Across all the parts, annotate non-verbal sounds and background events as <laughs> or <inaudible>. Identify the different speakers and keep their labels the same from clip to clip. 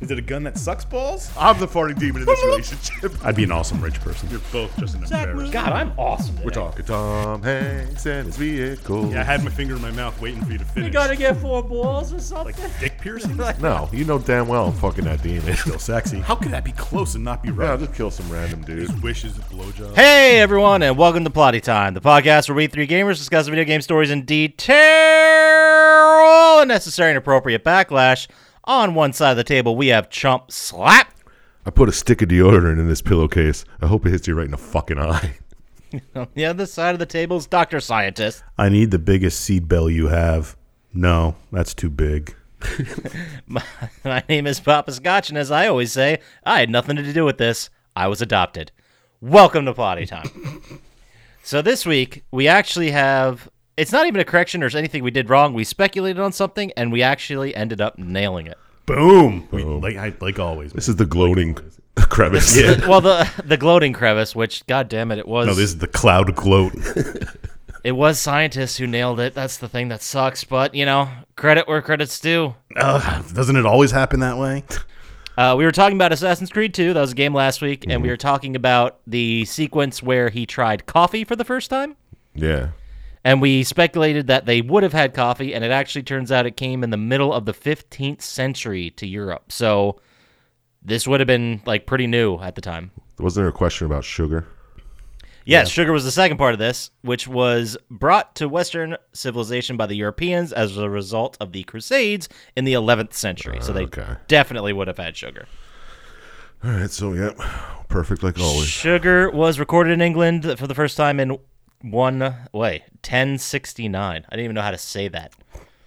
Speaker 1: Is it a gun that sucks balls?
Speaker 2: I'm the farting demon
Speaker 1: <laughs>
Speaker 2: in this relationship.
Speaker 1: I'd be an awesome rich person.
Speaker 2: You're both just an embarrassment.
Speaker 1: God, I'm awesome.
Speaker 2: We're talking Tom Hanks and his vehicle.
Speaker 3: Yeah, I had my finger in my mouth waiting for you to finish.
Speaker 4: You gotta get four balls or something. <laughs>
Speaker 3: dick piercing.
Speaker 2: No, you know damn well I'm fucking that <laughs> demon.
Speaker 1: Still sexy.
Speaker 3: How could that be close and not be
Speaker 2: Yeah, I'll
Speaker 3: right?
Speaker 2: just kill some random dude.
Speaker 3: His wishes, a blowjob.
Speaker 5: Hey everyone, and welcome to Plotty Time, the podcast where we three gamers discuss video game stories in detail and necessary and appropriate backlash. On one side of the table, we have Chump Slap.
Speaker 2: I put a stick of deodorant in this pillowcase. I hope it hits you right in the fucking eye. <laughs>
Speaker 5: On the other side of the table is Doctor Scientist. <laughs>
Speaker 1: I need the biggest seed bell you have. No, that's too big.
Speaker 5: My, my name is Papa Scotch, and as I always say, I had nothing to do with this. I was adopted. Welcome to Plotty Time. so this week we actually have. It's not even a correction or anything we did wrong. We speculated on something, and we actually ended up nailing it.
Speaker 1: Boom. We- like, I- like always.
Speaker 2: This is the gloating <laughs>
Speaker 1: <laughs>
Speaker 2: crevice.
Speaker 5: The- well, the the gloating crevice, which God damn it, it was
Speaker 1: No, this is the cloud gloat.
Speaker 5: it was scientists who nailed it. That's the thing that sucks, but you know, credit where credit's due.
Speaker 1: Ugh, doesn't it always happen that way?
Speaker 5: Uh, we were talking about Assassin's Creed 2. That was a game last week,
Speaker 1: Mm-hmm.
Speaker 5: and we were talking about the sequence where he tried coffee for the first time,
Speaker 2: Yeah.
Speaker 5: and we speculated that they would have had coffee, and it actually turns out it came in the middle of the 15th century to Europe. So this would have been like pretty new at the time.
Speaker 2: Wasn't there a question about sugar?
Speaker 5: Yes, sugar was the second part of this, which was brought to Western civilization by the Europeans as a result of the Crusades in the 11th century. So they
Speaker 2: okay.
Speaker 5: definitely would have had sugar.
Speaker 2: All right, so yeah, perfect like always.
Speaker 5: Sugar was recorded in England for the first time in one way 1069. I didn't even know how to say that.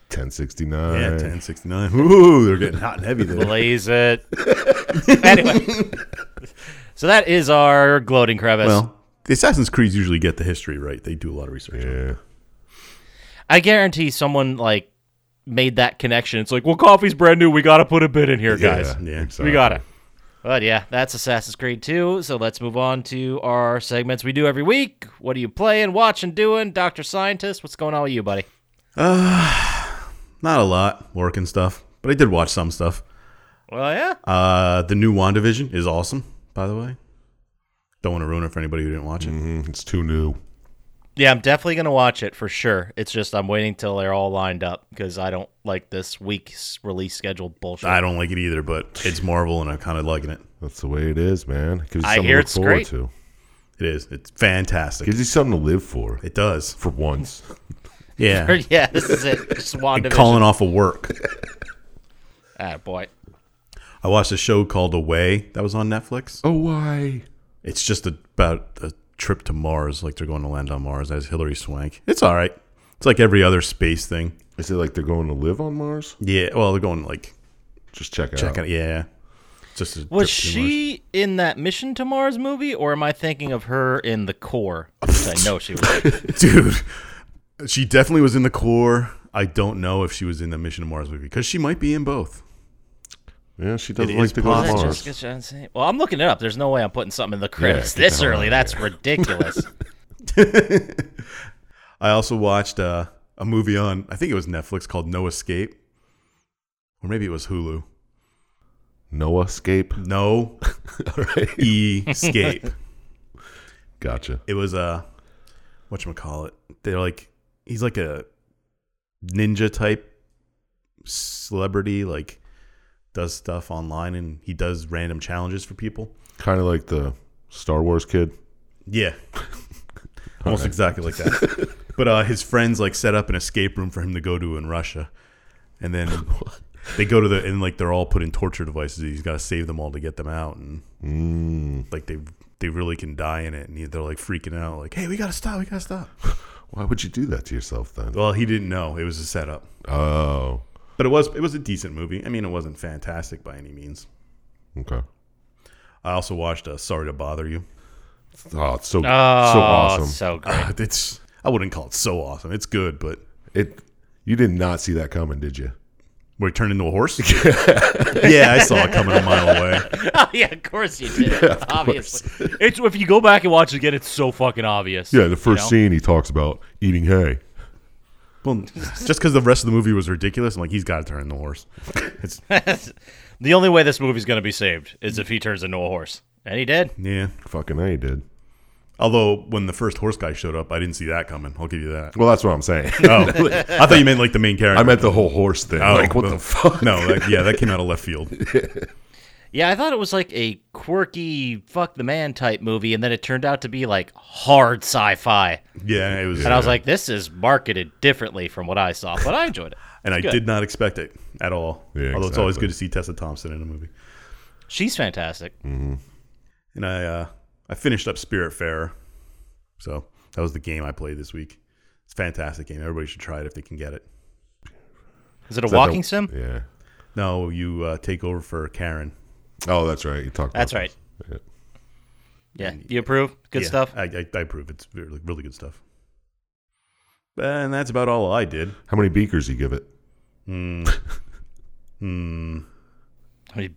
Speaker 2: 1069.
Speaker 1: Yeah, 1069. Ooh, they're getting hot and heavy there.
Speaker 5: Blaze it. <laughs> anyway, so that is our gloating crevice.
Speaker 1: Well, the Assassin's Creeds usually get the history right. They do a lot of research. on it.
Speaker 2: Yeah.
Speaker 5: I guarantee someone like made that connection. It's like, well, coffee's brand new. We got to put a bit in here, guys.
Speaker 2: Yeah,
Speaker 1: yeah.
Speaker 2: exactly.
Speaker 5: We got it. But yeah, that's Assassin's Creed 2. So let's move on to our segments we do every week. What are you playing, watching, doing? Dr. Scientist, what's going on with you, buddy?
Speaker 1: Not a lot, work and stuff, but I did watch some stuff.
Speaker 5: Well, yeah.
Speaker 1: Uh, the new WandaVision is awesome, by the way. Don't want to ruin it for anybody who didn't watch it.
Speaker 2: Mm, it's too new.
Speaker 5: Yeah, I'm definitely going to watch it for sure. It's just I'm waiting till they're all lined up because I don't like this week's release schedule bullshit.
Speaker 1: I don't like it either, but it's Marvel, and I'm kind of liking it.
Speaker 2: That's the way it is, man. It gives you
Speaker 5: I
Speaker 2: something
Speaker 5: hear
Speaker 2: to look
Speaker 5: it's
Speaker 2: forward
Speaker 5: great.
Speaker 2: to.
Speaker 1: It is. It's fantastic.
Speaker 2: Gives you something to live for.
Speaker 1: It does.
Speaker 2: For once.
Speaker 1: Yeah.
Speaker 5: <laughs> yeah, this is it. Just
Speaker 1: And
Speaker 5: WandaVision.
Speaker 1: calling off of work.
Speaker 5: ah, boy.
Speaker 1: I watched a show called Away that was on Netflix.
Speaker 2: Oh, why?
Speaker 1: It's just about a trip to Mars, like they're going to land on Mars as Hillary Swank. It's all right. It's like every other space thing.
Speaker 2: Is it like they're going to live on Mars?
Speaker 1: Yeah. Well, they're going like
Speaker 2: Just check it
Speaker 1: check
Speaker 2: out.
Speaker 1: it. Yeah. Just a
Speaker 5: Was
Speaker 1: trip to Mars.
Speaker 5: she in that Mission to Mars movie, or am I thinking of her in the core? Which I know she was.
Speaker 1: <laughs> dude? She definitely was in the core. I don't know if she was in the Mission to Mars movie because she might be in both.
Speaker 2: Yeah, she doesn't
Speaker 1: It
Speaker 2: like
Speaker 1: is
Speaker 2: to go to
Speaker 5: Is that
Speaker 1: possible.
Speaker 2: Mars.
Speaker 5: Jessica Johnson? Well, I'm looking it up. There's no way I'm putting something in the credits
Speaker 2: get
Speaker 5: this
Speaker 2: the hell
Speaker 5: early.
Speaker 2: out
Speaker 5: That's ridiculous.
Speaker 1: I also watched uh, a movie on I think it was Netflix called No Escape, or maybe it was Hulu.
Speaker 2: No escape.
Speaker 1: <laughs> No
Speaker 2: All right.
Speaker 1: Escape.
Speaker 2: Gotcha.
Speaker 1: it was a whatchamacallit. They're like he's like a ninja type celebrity, like does stuff online and he does random challenges for people.
Speaker 2: Kind of like the Star Wars kid.
Speaker 1: Yeah. <laughs> Almost exactly like that. but uh, his friends like set up an escape room for him to go to in Russia. And then they go to the and like they're all put in torture devices. He's got to save them all to get them out and
Speaker 2: Mm,
Speaker 1: like they they really can die in it and he- they're like freaking out like, "Hey, we got to stop. We got to stop."
Speaker 2: why would you do that to yourself then?
Speaker 1: Well, he didn't know. It was a setup.
Speaker 2: Oh,
Speaker 1: But it was it was a decent movie. I mean, it wasn't fantastic by any means.
Speaker 2: okay.
Speaker 1: I also watched uh, Sorry to Bother You.
Speaker 2: Oh, it's so so
Speaker 5: Oh,
Speaker 2: awesome.
Speaker 5: So great. <laughs>
Speaker 1: Uh, it's I wouldn't call it so awesome. It's good, but
Speaker 2: It. You did not see that coming, did you?
Speaker 1: where he turned into a horse. yeah, I saw it coming a mile away.
Speaker 5: Oh, yeah, of course you did. obviously, it's if you go back and watch it again, it's so fucking obvious.
Speaker 2: Yeah, the first scene he talks about eating hay.
Speaker 1: Well, just because the rest of the movie was ridiculous, I'm like, he's got to turn into a horse. It's
Speaker 5: the only way this movie's going to be saved is if he turns into a horse. And he did.
Speaker 1: yeah.
Speaker 2: Fucking I did.
Speaker 1: Although when the first horse guy showed up, I didn't see that coming. I'll give you that.
Speaker 2: Well, that's what
Speaker 1: <laughs>
Speaker 2: I'm saying.
Speaker 1: Oh, I thought you meant like the main character.
Speaker 2: I meant the whole horse thing.
Speaker 1: Oh,
Speaker 2: like, what
Speaker 1: well,
Speaker 2: the fuck?
Speaker 1: No, like, yeah, that came out of left field.
Speaker 5: Yeah, I thought it was like a quirky fuck the man type movie, and then it turned out to be like hard sci fi.
Speaker 1: Yeah, it was.
Speaker 5: And I was like, this is marketed differently from what I saw, but I enjoyed it.
Speaker 1: and I
Speaker 5: good.
Speaker 1: did not expect it at all.
Speaker 2: Yeah,
Speaker 1: Although it's always
Speaker 2: exactly.
Speaker 1: good to see Tessa Thompson in a movie.
Speaker 5: She's fantastic.
Speaker 1: And I, uh, I finished up Spirit Fair, so that was the game I played this week. It's a fantastic game. Everybody should try it if they can get it.
Speaker 5: Is it a
Speaker 2: Is that the-
Speaker 5: walking sim?
Speaker 2: Yeah.
Speaker 1: No, you uh, take over for Karen.
Speaker 2: Oh, that's right. You talked.
Speaker 5: That's
Speaker 2: about
Speaker 5: right.
Speaker 2: Yeah.
Speaker 5: Yeah. Do you approve? Good
Speaker 1: Yeah,
Speaker 5: stuff.
Speaker 1: I, I, I approve. It's really, really good stuff. And that's about all I did.
Speaker 2: this. How many beakers you give it?
Speaker 5: How many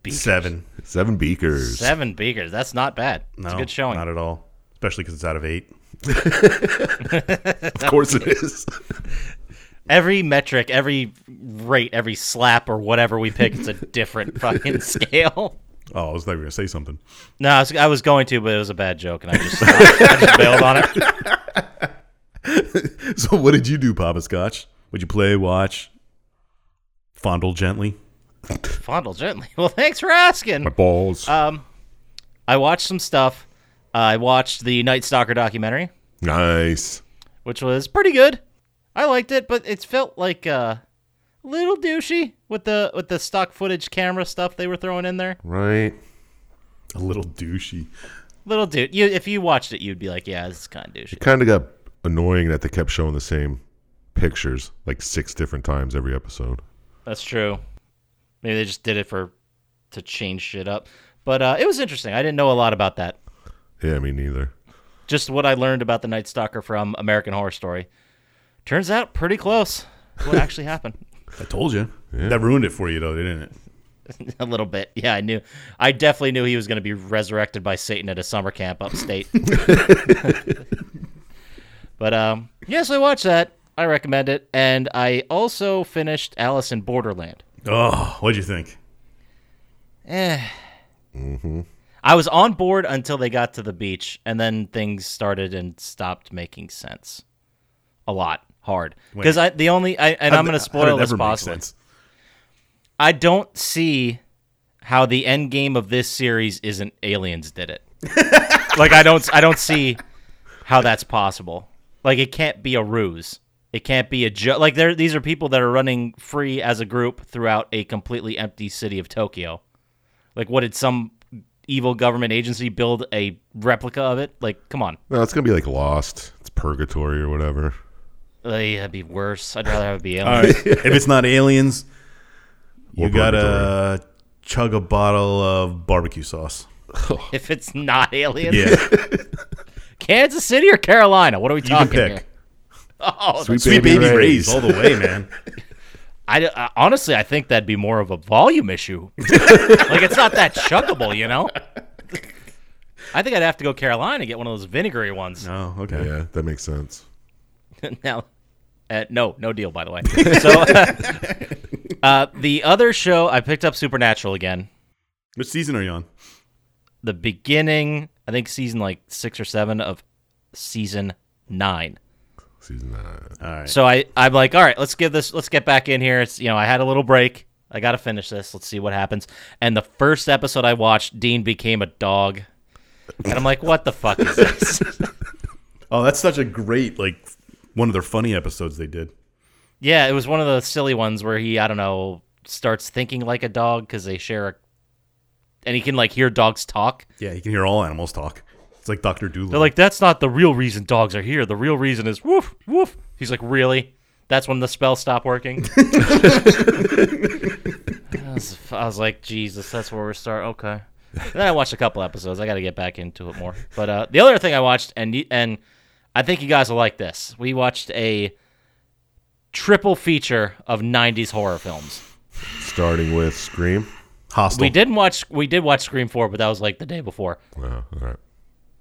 Speaker 5: beakers?
Speaker 1: Seven.
Speaker 2: Seven beakers.
Speaker 5: Seven beakers. That's not bad. It's
Speaker 1: No,
Speaker 5: a good showing.
Speaker 1: Not at all. Especially because it's out of eight.
Speaker 2: Of course it
Speaker 5: <laughs>
Speaker 2: is.
Speaker 5: every metric, every rate, every slap or whatever we pick, it's
Speaker 1: <laughs>
Speaker 5: a different fucking scale.
Speaker 1: Oh, I was not going to say something. <laughs>
Speaker 5: No, I was, I was going to, but it was a bad joke, and I just, I just bailed on it.
Speaker 1: So, what did you do, Papa Scotch? Would you play, watch, fondle gently?
Speaker 5: Fondle gently. Well, thanks for asking.
Speaker 2: My balls.
Speaker 5: Um, I watched some stuff. I watched the Night Stalker documentary,
Speaker 2: nice.
Speaker 5: which was pretty good. I liked it, but it felt like uh, a little douchey with the with the stock footage camera stuff they were throwing in there.
Speaker 2: Right.
Speaker 1: A little douchey.
Speaker 5: Little dude, you if you watched it, you'd be like, yeah, this is kind of douchey.
Speaker 2: Kind of got annoying that they kept showing the same pictures like six different times every episode.
Speaker 5: That's true. Maybe they just did it for to change shit up. But uh, it was interesting. I didn't know a lot about that.
Speaker 2: Yeah, me neither.
Speaker 5: Just what I learned about the Night Stalker from American Horror Story. Turns out pretty close. to What <laughs> actually happened?
Speaker 1: I told you. That ruined it for you, though, didn't it?
Speaker 5: a little bit. Yeah, I knew. I definitely knew he was going to be resurrected by Satan at a summer camp <laughs> upstate. but um, yeah, so I watched that. I recommend it, and I also finished Alice in Borderland.
Speaker 1: Oh, what'd you think?
Speaker 5: Eh. I was on board until they got to the beach, and then things started and stopped making sense. A lot hard because I the only I and I'm going to spoil this possibly. I don't see how the end game of this series isn't aliens did
Speaker 1: <laughs>
Speaker 5: it. like I don't I don't see how that's possible. Like it can't be a ruse. It can't be a joke. Like there these are people that are running free as a group throughout a completely empty city of Tokyo. Like what did some evil government agency build a replica of it? Like come on.
Speaker 2: No, it's gonna be like Lost. It's purgatory or whatever.
Speaker 5: Uh, yeah, that'd be worse. I'd rather
Speaker 1: <laughs>
Speaker 5: have it be
Speaker 2: <laughs>
Speaker 5: aliens.
Speaker 1: All right. if it's not aliens, you
Speaker 2: Or
Speaker 1: gotta chug a bottle of barbecue sauce.
Speaker 5: <laughs> If it's not aliens.
Speaker 1: Yeah, <laughs>
Speaker 5: Kansas City or Carolina? What are we
Speaker 1: you can
Speaker 5: talking
Speaker 1: pick.
Speaker 5: here? Oh,
Speaker 1: Sweet baby, rays. all the way,
Speaker 5: <laughs>
Speaker 1: man.
Speaker 5: I, I- honestly, I think that'd be more of a volume issue. like it's not that chuggable, you know. I think I'd have to go Carolina get one of those vinegary ones.
Speaker 1: Oh, okay.
Speaker 2: Yeah, that makes sense.
Speaker 5: <laughs> now, uh, no, no deal, by the way. So, uh, <laughs> uh, the other show I picked up Supernatural again.
Speaker 1: Which season are you on?
Speaker 5: The beginning, I think season like six or seven of season nine.
Speaker 2: Season nine.
Speaker 1: All right.
Speaker 5: So I, I'm like, all right, let's give this, let's get back in here. It's, you know, I had a little break. I got to finish this. Let's see what happens. And the first episode I watched, Dean became a dog. And I'm like, what the fuck is this?
Speaker 1: Oh, that's such a great like one of their funny episodes they did.
Speaker 5: yeah, it was one of the silly ones where he, I don't know, starts thinking like a dog because they share a, and he can like hear dogs talk.
Speaker 1: Yeah, you can hear all animals talk. It's like Doctor Doolittle.
Speaker 5: They're like, that's not the real reason dogs are here. The real reason is woof, woof. He's like, really? That's when the spell stopped working? I, was, I was like, Jesus, that's where we're starting. Okay. And then I watched a couple episodes. I got to get back into it more. But uh, the other thing I watched, and y- and I think you guys will like this. We watched a triple feature of '90s horror films.
Speaker 2: Starting with Scream.
Speaker 1: hostile.
Speaker 5: We didn't watch. We did watch Scream Four, but that was like the day before.
Speaker 2: Wow. All right.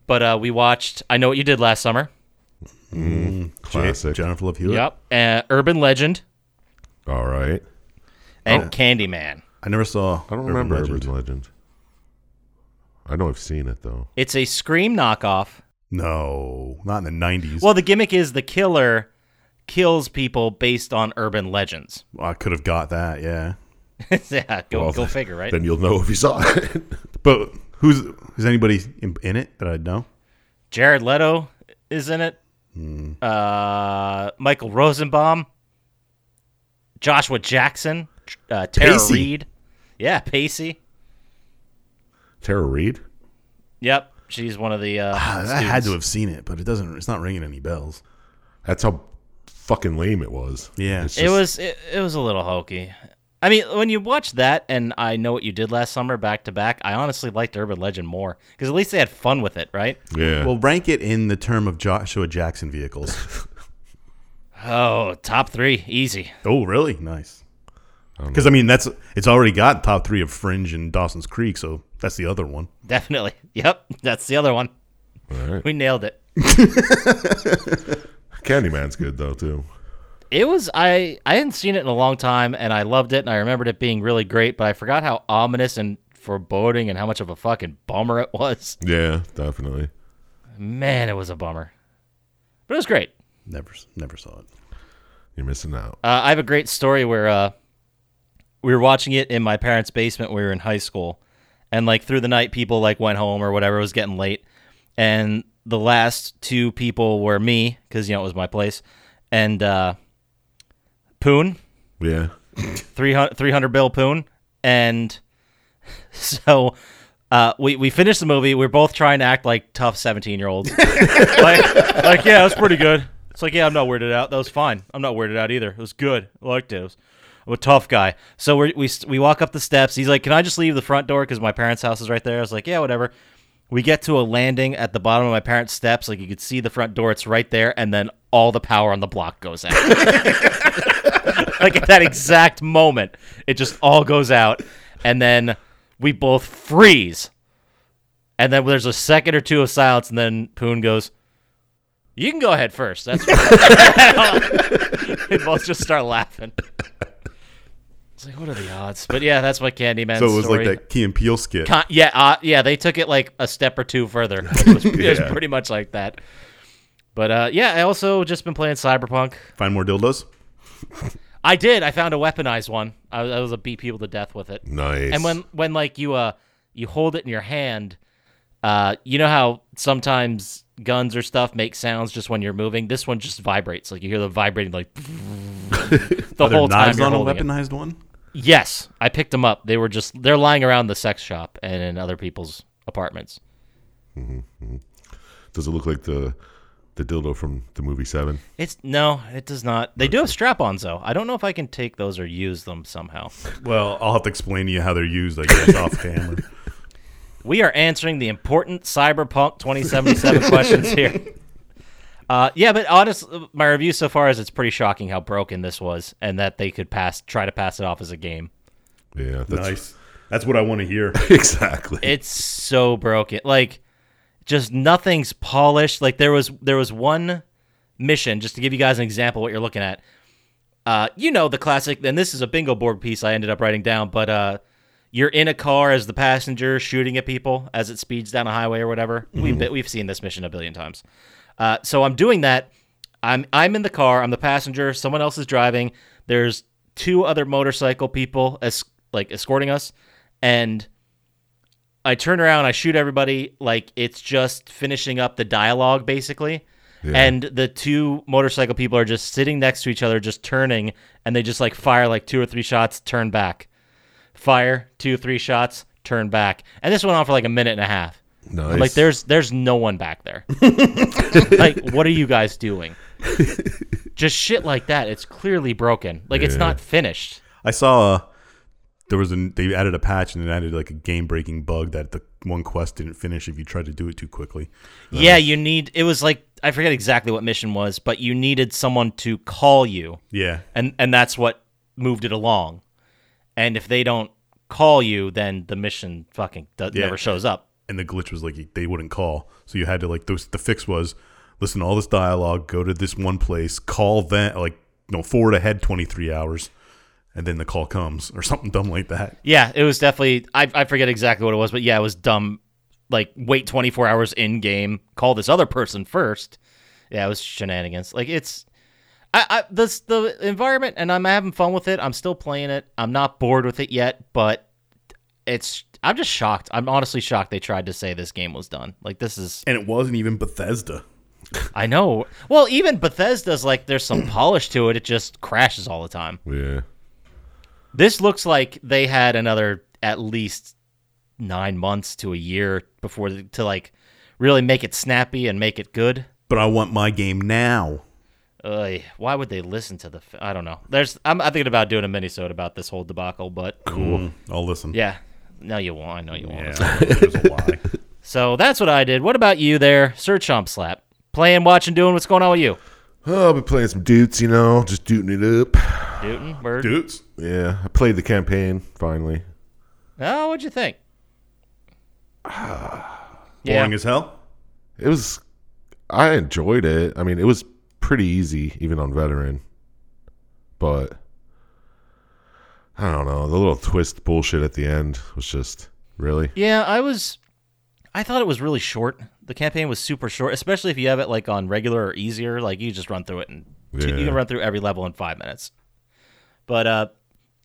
Speaker 5: But uh, we watched. I know what you did last summer.
Speaker 2: Classic.
Speaker 1: Jennifer Love Hewitt.
Speaker 5: Yep. Uh, Urban Legend
Speaker 2: All right.
Speaker 5: and Candyman.
Speaker 1: I never saw.
Speaker 2: I don't
Speaker 1: Urban
Speaker 2: remember
Speaker 1: Legend.
Speaker 2: Urban Legend. I know I've seen it though.
Speaker 5: It's a Scream knockoff.
Speaker 1: No, not in the nineties.
Speaker 5: Well, the gimmick is the killer kills people based on urban legends. <laughs>
Speaker 1: I could have got that. Yeah,
Speaker 5: yeah, go,
Speaker 2: Well,
Speaker 5: go figure, right?
Speaker 2: Then you'll know if you saw it.
Speaker 1: but who's is anybody in, in it that I'd know?
Speaker 5: Jared Leto is in it.
Speaker 1: Hmm.
Speaker 5: Uh, Michael Rosenbaum, Joshua Jackson, uh, Tara
Speaker 1: Pacey.
Speaker 5: Reid. Yeah, Pacey.
Speaker 2: <laughs> Tara Reid.
Speaker 5: Yep, she's one of the. Uh,
Speaker 1: Ah, I
Speaker 5: students.
Speaker 1: had to have seen it, but it doesn't. It's not ringing any bells.
Speaker 2: That's how fucking lame it was.
Speaker 1: Yeah.
Speaker 2: It's
Speaker 5: it
Speaker 2: just-
Speaker 5: was it, it was a little hokey. I mean, when you watch that and I know what you did last summer back to back, I honestly liked Urban Legend more because at least they had fun with it, right?
Speaker 2: Yeah.
Speaker 1: Well, rank it in the term of Joshua Jackson vehicles.
Speaker 5: Oh, top three, easy.
Speaker 1: <laughs> oh, really? Nice. Because I mean, that's it's already got top three of Fringe and Dawson's Creek, so that's the other one.
Speaker 5: Definitely. <laughs> Yep, that's the other one.
Speaker 2: All right.
Speaker 5: We nailed it.
Speaker 2: Candyman's good though too.
Speaker 5: It was I I hadn't seen it in a long time and I loved it and I remembered it being really great, but I forgot how ominous and foreboding and how much of a fucking bummer it was.
Speaker 2: Yeah, definitely.
Speaker 5: Man, it was a bummer. But it was great.
Speaker 1: Never, s- never saw it.
Speaker 2: You're missing out.
Speaker 5: Uh, I have a great story where uh, we were watching it in my parents' basement. when We were in high school, and like through the night, people like went home or whatever. It was getting late, and the last two people were me because you know it was my place, and uh, Poon,
Speaker 2: Yeah.
Speaker 5: 300, 300 bill Poon, and <laughs> so. Uh, we, we finished the movie. We are both trying to act like tough 17 year olds. like, like, yeah, that's pretty good. It's like, yeah, I'm not weirded out. That was fine. I'm not weirded out either. It was good. I liked it. It was- I'm a tough guy. So we we we walk up the steps. He's like, "Can I just leave the front door because my parents' house is right there?" I was like, "Yeah, whatever." We get to a landing at the bottom of my parents' steps. Like you could see the front door. It's right there, and then all the power on the block goes out. <laughs> like at that exact moment, it just all goes out, and then we both freeze. And then there's a second or two of silence, and then Poon goes, "You can go ahead first. That's <laughs> we both just start laughing. It's like, what are the odds? But yeah, that's my Candyman
Speaker 1: So it was
Speaker 5: story.
Speaker 1: like that Key and Peele skit.
Speaker 5: Con- yeah, uh, yeah, they took it like a step or
Speaker 1: <laughs>
Speaker 5: two further. It was, it was pretty much like that. But uh, yeah, I also just been playing Cyberpunk.
Speaker 1: Find more dildos.
Speaker 5: I did. I found a weaponized one. I was, I was a beat people to death with it.
Speaker 2: Nice.
Speaker 5: And when when like you uh you hold it in your hand, uh you know how sometimes guns or stuff make sounds just when you're moving. This one just vibrates. Like you hear the vibrating
Speaker 1: <laughs>
Speaker 5: like <laughs> the
Speaker 1: Are there
Speaker 5: whole time
Speaker 1: knives
Speaker 5: you're
Speaker 1: on a
Speaker 5: holding it.
Speaker 1: weaponized one?
Speaker 5: Yes, I picked them up. They were just they're lying around the sex shop and in other people's apartments.
Speaker 2: Does it look like the the dildo from the movie Seven?
Speaker 5: It's no, it does not. They do have strap-ons though. I don't know if I can take those or use them somehow.
Speaker 1: Well, I'll have to explain to you how they're used. I <laughs> guess off camera.
Speaker 5: We are answering the important Cyberpunk 2077 questions here. Uh, yeah, but honestly, my review so far is it's pretty shocking how broken this was, and that they could pass try to pass it off as a game.
Speaker 2: Yeah. That's
Speaker 1: Nice. That's what I want to hear.
Speaker 2: <laughs> exactly.
Speaker 5: It's so broken, like just nothing's polished. Like there was there was one mission just to give you guys an example of what you're looking at. Uh, you know the classic, and this is a bingo board piece I ended up writing down, but uh, you're in a car as the passenger shooting at people as it speeds down a highway or whatever. We've been, we've seen this mission a billion times. Uh, so I'm doing that. I'm I'm in the car. I'm the passenger. Someone else is driving. There's two other motorcycle people as like escorting us, and I turn around. I shoot everybody. Like it's just finishing up the dialogue basically. And the two motorcycle people are just sitting next to each other, just turning, and they just like fire like two or three shots, turn back fire, two, three shots, turn back. And this went on for like a minute and a half.
Speaker 2: nice.
Speaker 5: I'm Like there's there's no one back there. like what are you guys doing? Just shit like that. It's clearly broken. Like it's not finished.
Speaker 1: I saw uh, there was a they added a patch and it added like a game breaking bug that the one quest didn't finish if you tried to do it too quickly.
Speaker 5: Yeah, you need it was like I forget exactly what mission was, but you needed someone to call you.
Speaker 1: Yeah,
Speaker 5: And and that's what moved it along. And if they don't call you, then the mission fucking does,
Speaker 1: Yeah.
Speaker 5: never shows up.
Speaker 1: and the glitch was like they wouldn't call, so you had to like those. The fix was listen to all this dialogue, go to this one place, call then like no forward ahead twenty three hours, and then the call comes or <laughs> something dumb like that.
Speaker 5: Yeah, it was definitely. I, I forget exactly what it was, but yeah, it was dumb. Like wait 24 hours in game, call this other person first. Yeah, it was shenanigans. Like it's, I, I this the environment, and I'm having fun with it. I'm still playing it. I'm not bored with it yet, but it's. I'm just shocked. I'm honestly shocked they tried to say this game was done. Like this is.
Speaker 1: And it wasn't even Bethesda.
Speaker 5: I know. Well, even Bethesda's like there's some polish to it. It just crashes all the time.
Speaker 2: Yeah.
Speaker 5: This looks like they had another at least nine months to a year before the, to like really make it snappy and make it good.
Speaker 1: But I want my game now.
Speaker 5: Ugh, why would they listen to the? f- I don't know. There's I'm, I'm thinking about doing a minisode about this whole debacle, but
Speaker 1: Cool. Mm, I'll listen.
Speaker 5: yeah, no, you won't. I know you won't.
Speaker 1: Yeah, there's a <laughs> lie.
Speaker 5: So that's what I did. What about you there, Sir Chomp Slap? Playing, watching, doing. What's going on with you,
Speaker 2: Oh, I've been playing some dudes, you know, just dooting it up.
Speaker 5: Newton? Bird?
Speaker 1: Dudes.
Speaker 2: Yeah, I played the campaign finally.
Speaker 5: Oh, what'd you think?
Speaker 1: Boring
Speaker 5: yeah,
Speaker 1: as hell.
Speaker 2: It was, I enjoyed it. I mean, it was pretty easy even on veteran, but I don't know. The little twist bullshit at the end was just really.
Speaker 5: yeah. I was. I thought it was really short. The campaign was super short, especially if you have it like on regular or easier. Like you just run through it and two- you
Speaker 2: Yeah.
Speaker 5: can run through every level in five minutes. But uh,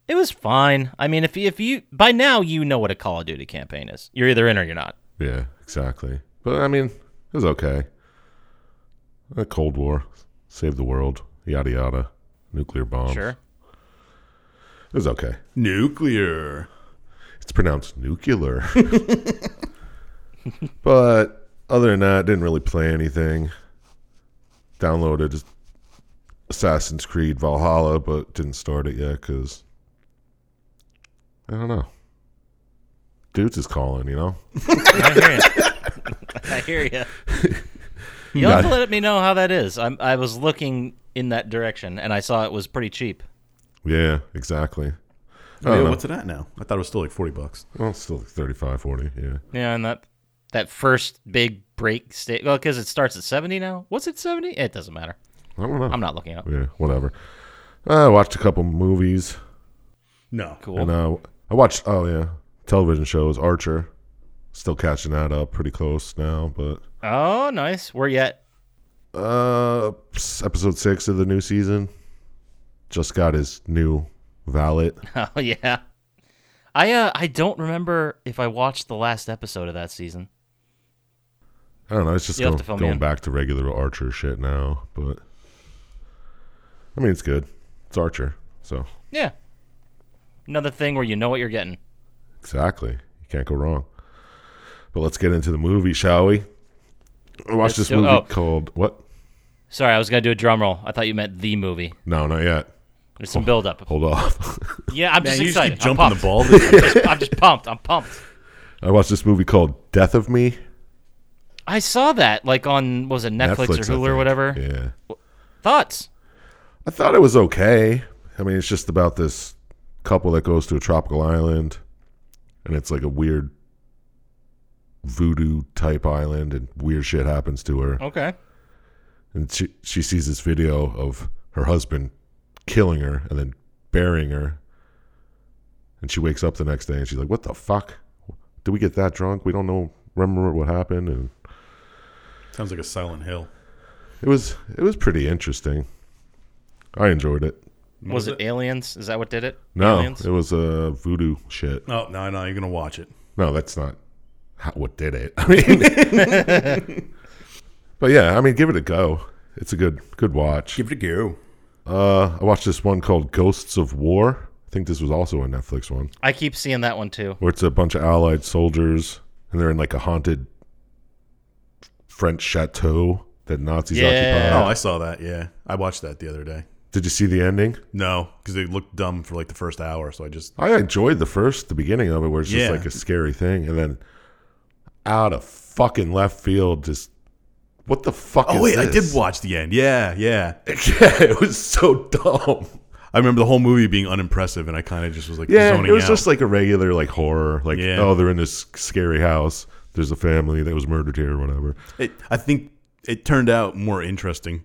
Speaker 5: it was fine. I mean, if you, if you by now you know what a Call of Duty campaign is, you're either in or you're not.
Speaker 2: Yeah, exactly. But I mean, it was okay. The Cold War, save the world, yada yada, nuclear bombs.
Speaker 5: Sure.
Speaker 2: it was okay.
Speaker 1: Nuclear.
Speaker 2: It's pronounced nuclear. <laughs> but other than that, didn't really play anything. Downloaded Assassin's Creed Valhalla, but didn't start it yet because I don't know. Dudes is calling, you know.
Speaker 5: I hear you. <laughs> I hear you. You'll have to let me know how that is. I'm, I was looking in that direction and I saw it was pretty cheap.
Speaker 2: Yeah, exactly.
Speaker 1: Oh, yeah,
Speaker 2: know.
Speaker 1: what's it at now? I thought it was still like forty bucks.
Speaker 2: Well, it's still like 35, 40, Yeah,
Speaker 5: Yeah, and that that first big break state. Well, because it starts at seventy now. What's it seventy? It doesn't matter.
Speaker 2: I don't know.
Speaker 5: I'm not looking it up.
Speaker 2: Yeah, whatever. I watched a couple movies,
Speaker 1: No.
Speaker 5: Cool.
Speaker 2: and uh, I watched. Oh yeah, television shows. Archer, still catching that up. Pretty close now, but
Speaker 5: Oh, nice. Where yet?
Speaker 2: uh, episode six of the new season. Just got his new valet.
Speaker 5: <laughs> Oh yeah. I uh I don't remember if I watched the last episode of that season.
Speaker 2: I don't know. It's just
Speaker 5: You'll have
Speaker 2: go,
Speaker 5: to fill me
Speaker 2: going
Speaker 5: in.
Speaker 2: back to regular Archer shit now, but I mean it's good. It's Archer, so
Speaker 5: Yeah. Another thing where you know what you're getting.
Speaker 2: Exactly. You can't go wrong. But let's get into the movie, shall we? I watched
Speaker 5: Let's
Speaker 2: this
Speaker 5: do-
Speaker 2: movie
Speaker 5: oh.
Speaker 2: called what?
Speaker 5: Sorry, I was gonna do a drum roll. I thought you meant the movie.
Speaker 2: No, not yet.
Speaker 5: There's some build up.
Speaker 2: Hold off. <laughs>
Speaker 5: Yeah, I'm
Speaker 1: Man,
Speaker 5: just
Speaker 1: you just
Speaker 5: excited.
Speaker 1: keep
Speaker 5: I'm
Speaker 1: jumping
Speaker 5: pumped.
Speaker 1: the
Speaker 5: <laughs>
Speaker 1: ball. dude.
Speaker 5: I'm just pumped. I'm pumped.
Speaker 2: I watched this movie called Death of Me.
Speaker 5: I saw that like on what was it Netflix,
Speaker 2: Netflix,
Speaker 5: or
Speaker 2: I
Speaker 5: Hulu or
Speaker 2: think.
Speaker 5: whatever.
Speaker 2: Yeah.
Speaker 5: Thoughts?
Speaker 2: I thought it was okay. I mean, it's just about this couple that goes to a tropical island, and it's like a weird voodoo type island, and weird shit happens to her.
Speaker 5: Okay.
Speaker 2: and she she sees this video of her husband killing her and then burying her and she wakes up the next day and she's like what the fuck did we get that drunk we don't know remember what happened and
Speaker 1: Sounds like a Silent Hill.
Speaker 2: it was it was pretty interesting i enjoyed it
Speaker 5: Was it Aliens? Is that what did it?
Speaker 2: no
Speaker 5: Aliens?
Speaker 2: it was uh, voodoo shit
Speaker 1: Oh no, no, you're gonna watch it.
Speaker 2: no that's not how, what did it <laughs> i mean but yeah i mean give it a go it's a good good watch
Speaker 1: Give it a go.
Speaker 2: uh i watched this one called ghosts of war i think this was also a netflix one
Speaker 5: I keep seeing that
Speaker 2: <laughs>
Speaker 5: one too.
Speaker 2: where it's a bunch of allied soldiers and they're in like a haunted French chateau that Nazis
Speaker 5: Yeah.
Speaker 1: Oh,
Speaker 2: occupied.
Speaker 1: I saw that. Yeah, I watched that the other day.
Speaker 2: Did you see the ending?
Speaker 1: No, because it looked dumb for like the first hour, so I just
Speaker 2: I enjoyed the first, the beginning of it, where it's just
Speaker 1: Yeah.
Speaker 2: like a scary thing, and then out of fucking left field, just what the fuck?
Speaker 1: Oh
Speaker 2: is
Speaker 1: wait, I did
Speaker 2: this?
Speaker 1: watch the end. Yeah, <laughs> yeah.
Speaker 2: Yeah, it was so dumb.
Speaker 1: I remember the whole movie being unimpressive, and I kind of just was like
Speaker 2: Yeah,
Speaker 1: zoning
Speaker 2: it was
Speaker 1: out.
Speaker 2: just like a regular like horror, like
Speaker 1: Yeah.
Speaker 2: oh they're in this scary house. There's a family that was murdered here or whatever.
Speaker 1: It- I think it turned out more interesting.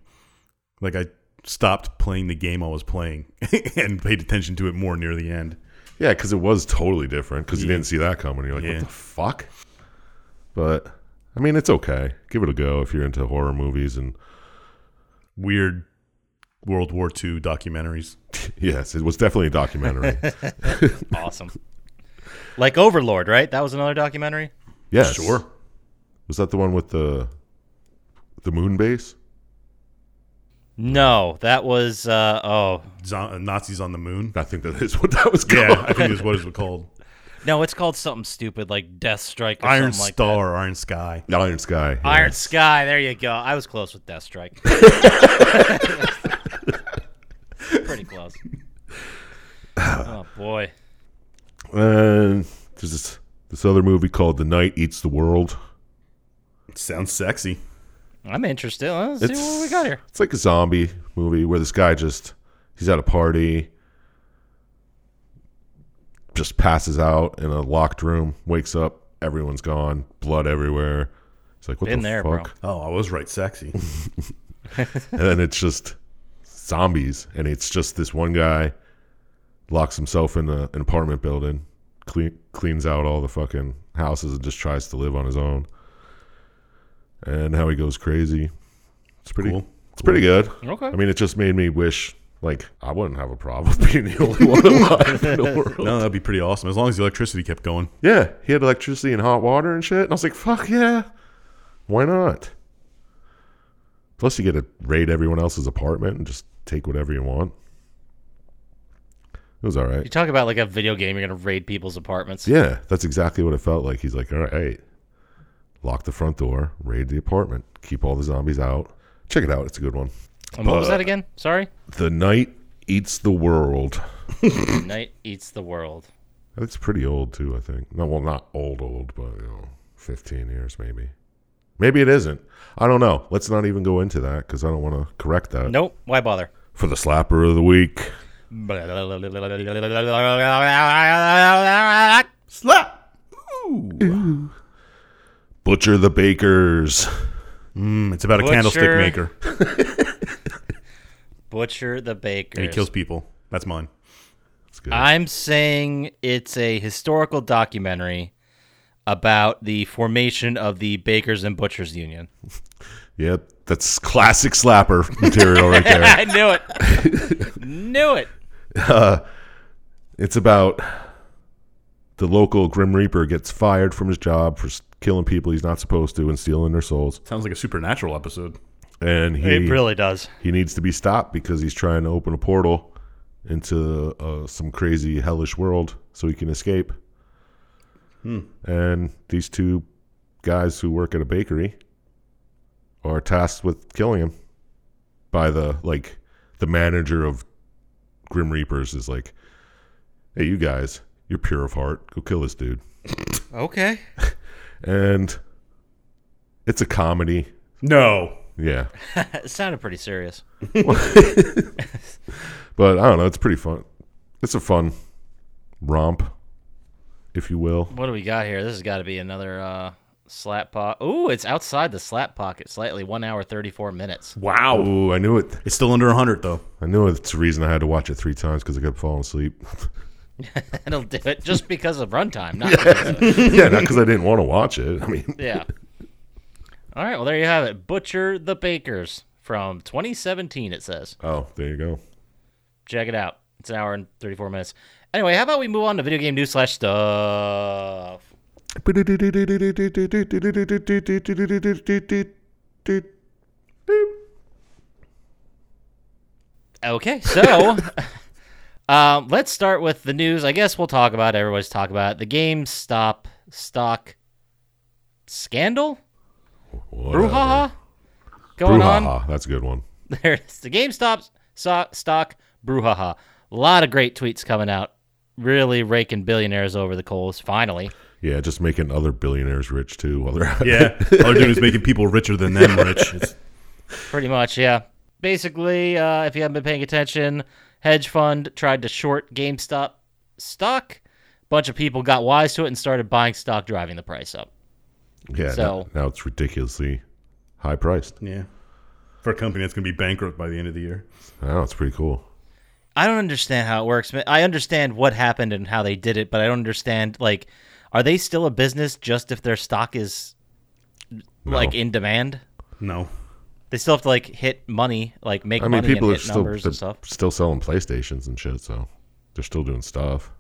Speaker 1: Like I stopped playing the game I was playing <laughs> and paid attention to it more near the end.
Speaker 2: Yeah, because it was totally different because you didn't see that coming. You're like,
Speaker 1: Yeah.
Speaker 2: what the fuck? But I mean, it's okay. Give it a go if you're into horror movies and <laughs>
Speaker 1: Weird World War II documentaries.
Speaker 2: yes, it was definitely
Speaker 1: <laughs>
Speaker 2: a documentary.
Speaker 5: Awesome. like Overlord, right? That was another documentary.
Speaker 2: yes,
Speaker 1: Sure.
Speaker 2: Was that the one with the the moon base? <laughs>
Speaker 5: No, that was uh, oh
Speaker 1: Zo- Nazis on the moon.
Speaker 2: I think that is what that was
Speaker 1: <laughs>
Speaker 2: called. <laughs>
Speaker 1: Yeah, I think is what it's called.
Speaker 5: no, it's called something stupid like Death Strike or
Speaker 1: Iron
Speaker 5: something <laughs> like that.
Speaker 1: Star, Iron Sky.
Speaker 2: The Iron Sky. yeah.
Speaker 5: Iron Sky. There you go. I was close with Death Strike. Pretty close. Oh boy.
Speaker 2: And there's this this other movie called The Night Eats the World.
Speaker 1: Sounds sexy.
Speaker 5: I'm interested. Let's see what we got here.
Speaker 2: It's like a zombie movie where this guy just he's at a party, just passes out in a locked room, wakes up, everyone's gone, blood everywhere. It's like what
Speaker 5: Been
Speaker 2: the
Speaker 5: there, bro.
Speaker 2: fuck?
Speaker 1: Oh, I was right, <laughs> sexy.
Speaker 2: And then it's just zombies, and it's just this one guy locks himself in a, an apartment building, clean, cleans out all the fucking houses, and just tries to live on his own. And how he goes crazy. It's pretty.
Speaker 1: Cool.
Speaker 2: It's pretty good.
Speaker 5: Okay.
Speaker 2: I mean, it just made me wish, like, I wouldn't have a problem <laughs> being the only one alive in the world.
Speaker 1: No, that'd be pretty awesome as long as the electricity kept going.
Speaker 2: Yeah, he had electricity and hot water and shit. And I was like, fuck yeah. Why not? Plus, you get to raid everyone else's apartment and just take whatever you want. It was all
Speaker 5: You
Speaker 2: right.
Speaker 5: talk about like a video game. You're gonna raid people's apartments.
Speaker 2: Yeah, that's exactly what it felt like. He's like, all right, lock the front door, raid the apartment, keep all the zombies out. Check it out. It's a good one.
Speaker 5: And what was that again? Sorry.
Speaker 2: The Night Eats the World.
Speaker 5: Night eats the world.
Speaker 2: It's pretty old, too, I think. No, well, not old, old, but, you know, 15 years maybe. Maybe it isn't. I don't know. Let's not even go into that because I don't want to correct that.
Speaker 5: Nope. Why bother?
Speaker 2: For the slapper of the week.
Speaker 1: Slap.
Speaker 2: Butcher the Bakers.
Speaker 1: Mm, it's about a
Speaker 5: Butcher.
Speaker 1: candlestick maker,
Speaker 5: Butcher the baker.
Speaker 1: and he kills people. That's mine.
Speaker 2: That's good.
Speaker 5: I'm saying it's a historical documentary about the formation of the Bakers and Butchers Union. <laughs>
Speaker 2: yep, that's classic slapper material right there.
Speaker 5: <laughs>
Speaker 2: Uh,
Speaker 5: I knew it. knew it.
Speaker 2: It's about the local Grim Reaper gets fired from his job for s- killing people he's not supposed to and stealing their souls.
Speaker 1: Sounds like a supernatural episode.
Speaker 2: And he
Speaker 5: It really does.
Speaker 2: he needs to be stopped because he's trying to open a portal into uh, some crazy hellish world so he can escape. And these two guys who work at a bakery are tasked with killing him by the like the manager of Grim Reapers is like, "Hey, you guys, you're pure of heart. Go kill this dude."
Speaker 5: Okay.
Speaker 2: And it's a comedy.
Speaker 1: No.
Speaker 2: Yeah.
Speaker 5: <laughs> It sounded pretty serious.
Speaker 2: But I don't know. It's pretty fun. It's a fun romp, if you will.
Speaker 5: What do we got here? This has got to be another uh, slap pocket. Ooh, it's outside the slap pocket slightly. One hour, 34 minutes. <laughs>
Speaker 1: Wow.
Speaker 2: Ooh, I knew it.
Speaker 1: It's still under hundred though.
Speaker 2: I knew it. It's the reason I had to watch it three times because I kept falling asleep. <laughs>
Speaker 5: It'll do it just because of runtime.
Speaker 1: <laughs>
Speaker 5: Not because of-
Speaker 2: yeah, not because I didn't want to watch it. I mean,
Speaker 5: yeah. <laughs> All right. Well, there you have it. Butcher the Bakers from 2017, it says.
Speaker 2: oh, there you go.
Speaker 5: check it out. It's an hour and 34 minutes. Anyway, how about we move on to video game news slash stuff?
Speaker 2: <laughs>
Speaker 5: Okay, so um, let's start with the news. I guess we'll talk about it. everybody's talk about it. the GameStop stock scandal
Speaker 2: Whatever.
Speaker 5: brouhaha going on.
Speaker 2: Brouhaha, That's a good one.
Speaker 5: There it is. The GameStop so- stock brouhaha. A lot of great tweets coming out, really raking billionaires over the coals. Finally.
Speaker 2: Yeah, just making other billionaires rich too while they're at
Speaker 1: <laughs>
Speaker 2: it.
Speaker 1: Yeah. All they're doing is making people richer than them <laughs> rich. It's,
Speaker 5: Pretty much, yeah. Basically, uh, if you haven't been paying attention, hedge fund tried to short GameStop stock. Bunch of people got wise to it and started buying stock, driving the price up.
Speaker 2: <laughs> Yeah,
Speaker 5: So-
Speaker 2: now, now it's ridiculously High priced.
Speaker 1: Yeah. For a company that's going to be bankrupt by the end of the year.
Speaker 2: Wow, it's pretty cool.
Speaker 5: I don't understand how it works. man. I understand what happened and how they did it, but I don't understand like are they still a business just if their stock is like in demand?
Speaker 1: No.
Speaker 5: They still have to like hit money, like make
Speaker 2: I mean,
Speaker 5: money
Speaker 2: people
Speaker 5: and
Speaker 2: are
Speaker 5: hit
Speaker 2: still
Speaker 5: numbers
Speaker 2: they're
Speaker 5: and stuff.
Speaker 2: still selling PlayStations and shit, so they're still doing stuff.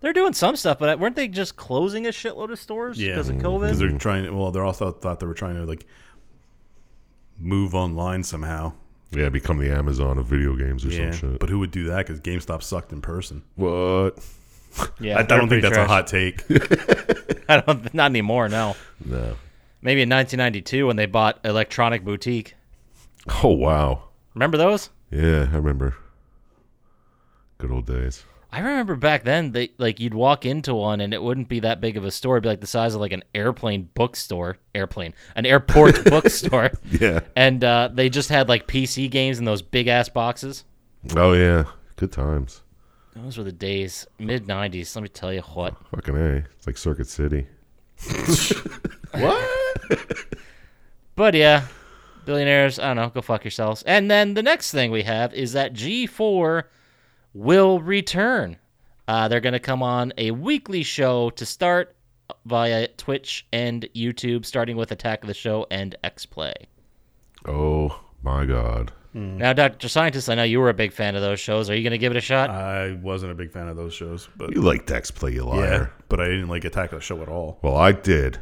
Speaker 5: They're doing some stuff, but weren't they just closing a shitload of stores
Speaker 1: Yeah.
Speaker 5: because of
Speaker 2: Mm-hmm.
Speaker 1: Because
Speaker 5: COVID?
Speaker 1: they're trying. Well, they also thought they were trying to like move online somehow.
Speaker 2: Yeah, become the Amazon of video games or
Speaker 1: Yeah.
Speaker 2: some shit.
Speaker 1: But who would do that? Because GameStop sucked in person.
Speaker 2: what?
Speaker 5: Yeah,
Speaker 1: I, I don't think that's
Speaker 5: a
Speaker 1: a hot
Speaker 2: <laughs>
Speaker 1: take.
Speaker 5: <laughs> I don't, not anymore. No,
Speaker 2: No.
Speaker 5: maybe in 1992 when they bought Electronic Boutique.
Speaker 2: Oh wow.
Speaker 5: Remember those?
Speaker 2: Yeah, I remember. Good old days.
Speaker 5: I remember back then, they like you'd walk into one and it wouldn't be that big of a store. It'd be like the size of like an airplane bookstore, airplane,
Speaker 2: <laughs>
Speaker 5: an airport bookstore,
Speaker 2: Yeah.
Speaker 5: and uh, they just had like PC games in those big ass boxes.
Speaker 2: Oh yeah. Good times.
Speaker 5: Those were the days, mid 90s. Let me tell you what.
Speaker 2: Fucking a. It's like Circuit City.
Speaker 5: But yeah, billionaires, I don't know, go fuck yourselves. And then the next thing we have is that G4 will return. Uh, they're going to come on a weekly show to start via Twitch and YouTube, starting with Attack of the Show and X Play.
Speaker 2: Oh my god.
Speaker 5: Now, Dr. Scientist, I know you were a big fan of those shows. Are you going to give it a shot?
Speaker 1: I wasn't a big fan of those shows, but
Speaker 2: You liked X Play, you liar.
Speaker 1: yeah, but I didn't like Attack of the Show at <laughs> all.
Speaker 2: Well, I did,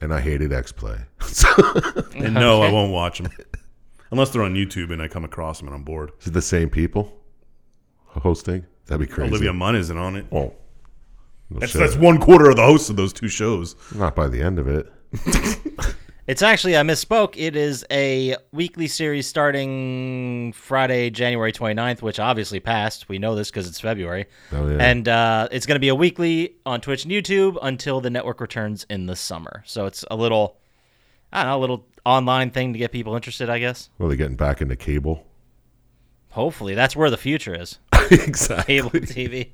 Speaker 2: and I hated X Play. <laughs>
Speaker 1: And no, I won't watch them unless they're on YouTube and I come across them and I'm bored.
Speaker 2: Is it the same people hosting? That'd be crazy.
Speaker 1: Olivia Munn isn't on it.
Speaker 2: Oh, No
Speaker 1: That's
Speaker 2: shit.
Speaker 1: that's one quarter of the hosts of those two shows.
Speaker 2: not by the end of it.
Speaker 5: It's actually, I misspoke. It is a weekly series starting Friday, January 29th, which obviously passed. We know this because it's February.
Speaker 2: Oh, yeah.
Speaker 5: And uh, it's going to be a weekly on Twitch and YouTube until the network returns in the summer. So it's a little, I don't know, a little online thing to get people interested, I guess.
Speaker 2: Well, they're getting back into
Speaker 5: <laughs>
Speaker 2: cable.
Speaker 5: Hopefully, that's where the future is
Speaker 2: exactly. <laughs>
Speaker 5: cable TV.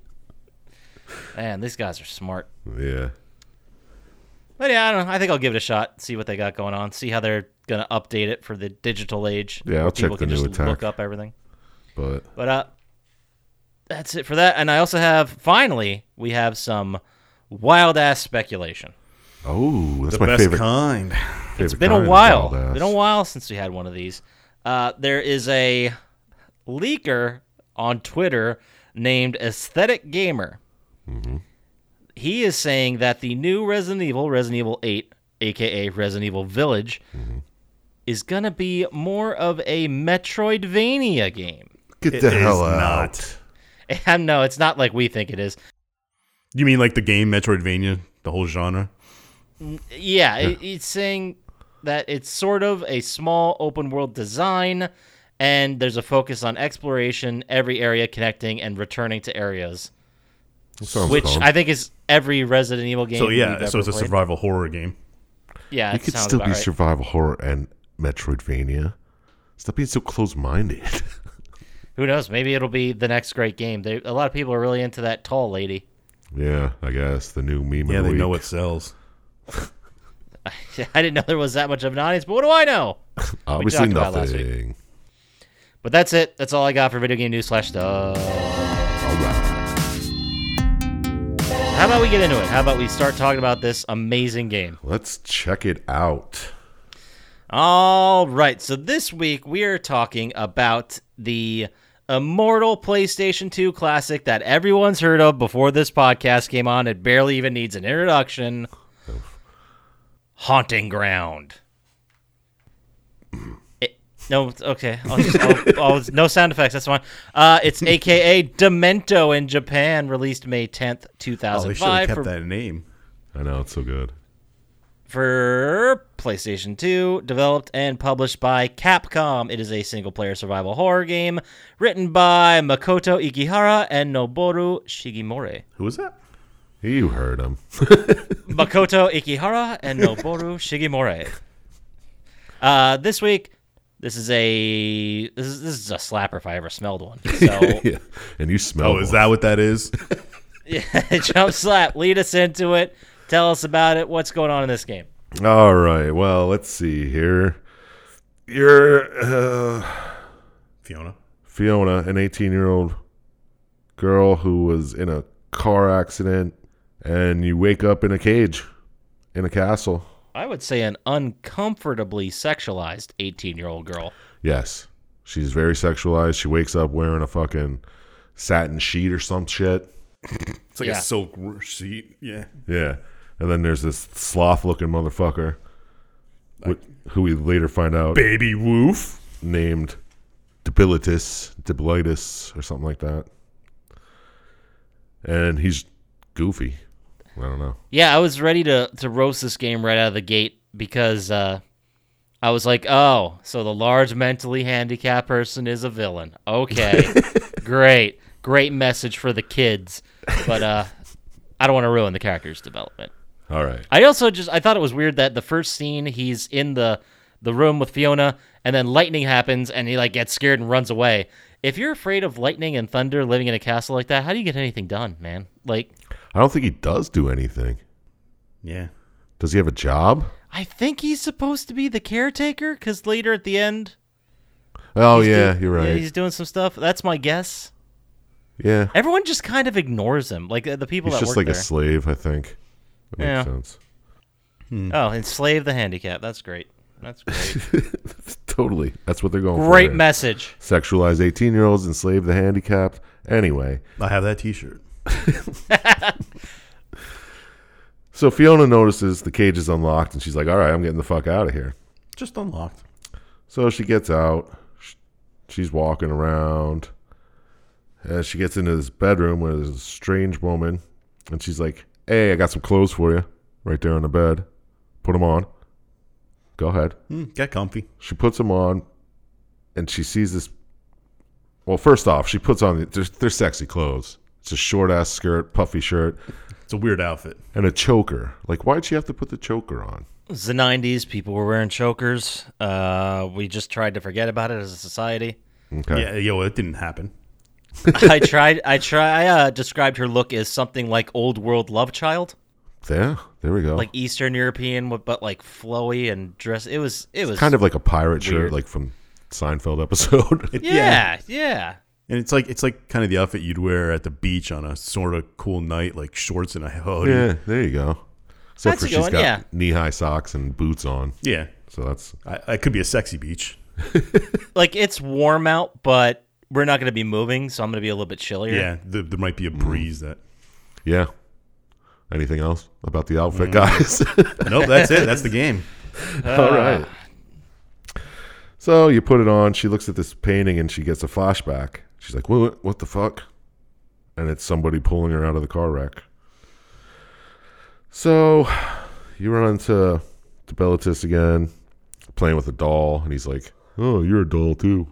Speaker 5: Man, these guys are smart.
Speaker 2: Yeah.
Speaker 5: But yeah, I don't know. I think I'll give it a shot. See what they got going on. See how they're gonna update it for the digital age.
Speaker 2: Yeah, I'll
Speaker 5: where
Speaker 2: check
Speaker 5: people
Speaker 2: the
Speaker 5: can
Speaker 2: new
Speaker 5: just
Speaker 2: attack.
Speaker 5: look up everything.
Speaker 2: But
Speaker 5: But uh, that's it for that. And I also have finally we have some wild ass speculation.
Speaker 2: oh, that's
Speaker 1: The
Speaker 2: my
Speaker 1: best
Speaker 2: favorite.
Speaker 1: kind.
Speaker 5: It's been a while. Been a while since we had one of these. Uh, there is a leaker on Twitter named Aesthetic Gamer. He is saying that the new Resident Evil, Resident Evil 8, aka Resident Evil Village, is gonna be more of a Metroidvania game. <laughs>
Speaker 2: Get
Speaker 1: It
Speaker 2: the
Speaker 1: is
Speaker 2: hell out.
Speaker 1: not.
Speaker 5: And no, it's not like we think it is.
Speaker 1: You mean like the game Metroidvania, the whole genre?
Speaker 5: Yeah, it, it's saying that it's sort of a small open world design, and there's a focus on exploration, every area connecting and returning to areas,
Speaker 2: Sounds
Speaker 5: which
Speaker 2: fun.
Speaker 5: I think is every Resident Evil game.
Speaker 1: So
Speaker 5: we've
Speaker 1: yeah,
Speaker 5: ever
Speaker 1: so it's a
Speaker 5: played.
Speaker 1: survival horror game.
Speaker 5: Yeah,
Speaker 2: you
Speaker 5: it
Speaker 2: could
Speaker 5: sounds
Speaker 2: still
Speaker 5: about
Speaker 2: be
Speaker 5: right.
Speaker 2: survival horror and Metroidvania. Stop being so close-minded.
Speaker 5: Who knows? Maybe it'll be the next great game. They, a lot of people are really into that tall lady.
Speaker 2: <laughs>
Speaker 5: <laughs>
Speaker 2: yeah, I guess the new meme.
Speaker 1: Yeah,
Speaker 2: of the
Speaker 1: they
Speaker 2: week.
Speaker 1: know it sells.
Speaker 5: I didn't know there was that much of an audience, but what do I know?
Speaker 2: Obviously,
Speaker 5: talked about last week.
Speaker 2: nothing.
Speaker 5: But that's it. That's all I got for video game news slash stuff.
Speaker 2: All right.
Speaker 5: How about we get into it? How about we start talking about this amazing game?
Speaker 2: Let's check it out.
Speaker 5: All right. So this week we are talking about the immortal PlayStation 2 classic that everyone's heard of before this podcast came on. It barely even needs an introduction. Haunting Ground. <clears throat> It- No, okay. I'll just, I'll, I'll, no sound effects. That's fine. Uh, it's AKA Demento in Japan, released May 10th,
Speaker 1: Oh, they should have
Speaker 5: 2005
Speaker 1: kept
Speaker 5: for
Speaker 1: that name.
Speaker 2: I know it's so good.
Speaker 5: for PlayStation 2, developed and published by Capcom. It is a single player survival horror game written by Makoto Ikihara and Noboru Shigemori.
Speaker 1: Who was that?
Speaker 2: You heard him. <laughs>
Speaker 5: Makoto Ikihara and Noboru Shigemori. Uh, this week, this is a this is, this is a slapper if I ever smelled one.
Speaker 2: <laughs>
Speaker 5: So <laughs>
Speaker 2: yeah. And you smell.
Speaker 1: Oh, is that what that <laughs> is?
Speaker 5: jump slap, lead us into it. Tell us about it. What's going on in this game?
Speaker 2: All right. Well, let's see here. You're uh,
Speaker 1: Fiona.
Speaker 2: Fiona, an 18 year old girl who was in a car accident, and you wake up in a cage in a castle.
Speaker 5: I would say an uncomfortably sexualized 18 year old girl.
Speaker 2: Yes. She's very sexualized. She wakes up wearing a fucking satin sheet or some shit.
Speaker 1: It's like
Speaker 5: Yeah.
Speaker 1: a silk r- sheet. Yeah.
Speaker 2: Yeah. And then there's this sloth looking motherfucker wh- who we later find out
Speaker 1: Baby woof.
Speaker 2: named Debilitus, Debilitus, or something like that. And he's goofy. I don't know.
Speaker 5: Yeah, I was ready to, to roast this game right out of the gate because uh, I was like, oh, so the large mentally handicapped person is a villain. Okay, great. Great message for the kids. But uh, I don't want to ruin the character's development.
Speaker 2: All right.
Speaker 5: I also just I thought it was weird that the first scene he's in the the room with Fiona and then lightning happens and he like gets scared and runs away. If you're afraid of lightning and thunder living in a castle like that, how do you get anything done, man? Like
Speaker 2: I don't think he does do anything.
Speaker 1: Yeah.
Speaker 2: Does he have a job?
Speaker 5: I think he's supposed to be the caretaker cuz later at the end
Speaker 2: Oh,
Speaker 5: he's
Speaker 2: yeah,
Speaker 5: do-
Speaker 2: you're right.
Speaker 5: he's doing some stuff. That's my guess.
Speaker 2: yeah.
Speaker 5: Everyone just kind of ignores him. Like uh, the people
Speaker 2: He's
Speaker 5: that
Speaker 2: just
Speaker 5: work
Speaker 2: like
Speaker 5: there.
Speaker 2: a slave, I think. That makes
Speaker 5: Yeah.
Speaker 2: sense. <laughs>
Speaker 5: oh, enslave the handicap. That's great.
Speaker 2: <laughs>
Speaker 5: That's great.
Speaker 2: Totally. That's what they're going for.
Speaker 5: great
Speaker 2: there.
Speaker 5: message.
Speaker 2: Sexualize 18 year olds, enslave the handicapped. Anyway,
Speaker 1: I have that T-shirt.
Speaker 2: so Fiona notices the cage is unlocked and she's like, all right, I'm getting the fuck out of here.
Speaker 1: Just unlocked.
Speaker 2: So she gets out. Sh- She's walking around. And she gets into this bedroom where there's a strange woman. And she's like, Hey, I got some clothes for you right there on the bed. Put them on. Go ahead.
Speaker 1: Hmm, get comfy.
Speaker 2: She puts them on. And she sees this. Well, first off, she puts on, they're, they're sexy clothes. It's a short ass skirt, puffy shirt,
Speaker 1: It's a weird outfit.
Speaker 2: and a choker. Like, why'd she have to put the choker on?
Speaker 5: It was the 90s. People were wearing chokers. Uh, we just tried to forget about it as a society.
Speaker 2: Okay.
Speaker 1: Yeah, yo, it didn't happen.
Speaker 2: <laughs>
Speaker 5: I tried. I try. I uh, described her look as something like old world love child,
Speaker 2: There, there we go.
Speaker 5: like Eastern European, with- but like flowy and dress. It was. It was
Speaker 2: kind of like a pirate shirt,
Speaker 5: Weird.
Speaker 2: like from Seinfeld episode. <laughs>
Speaker 1: It-
Speaker 5: Yeah, yeah.
Speaker 1: And it's like it's like kind of the outfit you'd wear at the beach on a sort of cool night, like shorts and a hoodie.
Speaker 2: Yeah, there you go. Except
Speaker 5: That's
Speaker 2: for
Speaker 5: a good
Speaker 2: she's
Speaker 5: one,
Speaker 2: got
Speaker 5: yeah.
Speaker 2: knee-high socks and boots on,
Speaker 1: Yeah.
Speaker 2: so that's
Speaker 1: I, I could be a sexy beach.
Speaker 5: Like it's warm out, but we're not going to be moving, so I'm going to be a little bit chillier.
Speaker 1: Yeah, there, there might be a breeze that.
Speaker 2: yeah. Anything else about the outfit, guys? <laughs>
Speaker 1: Nope, that's it. That's the game.
Speaker 2: All right. So you put it on. She looks at this painting and she gets a flashback. She's like, "What? What the fuck?" And it's somebody pulling her out of the car wreck. So you run into Debilitus again, playing with a doll, and he's like, "Oh, you're a doll too."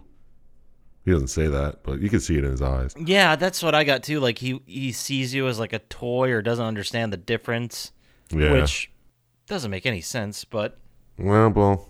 Speaker 2: He doesn't say that, but you can see it in his eyes.
Speaker 5: Yeah, that's what I got too. Like he he sees you as like a toy or doesn't understand the difference,
Speaker 2: Yeah.
Speaker 5: which doesn't make any sense. But
Speaker 2: Well, well,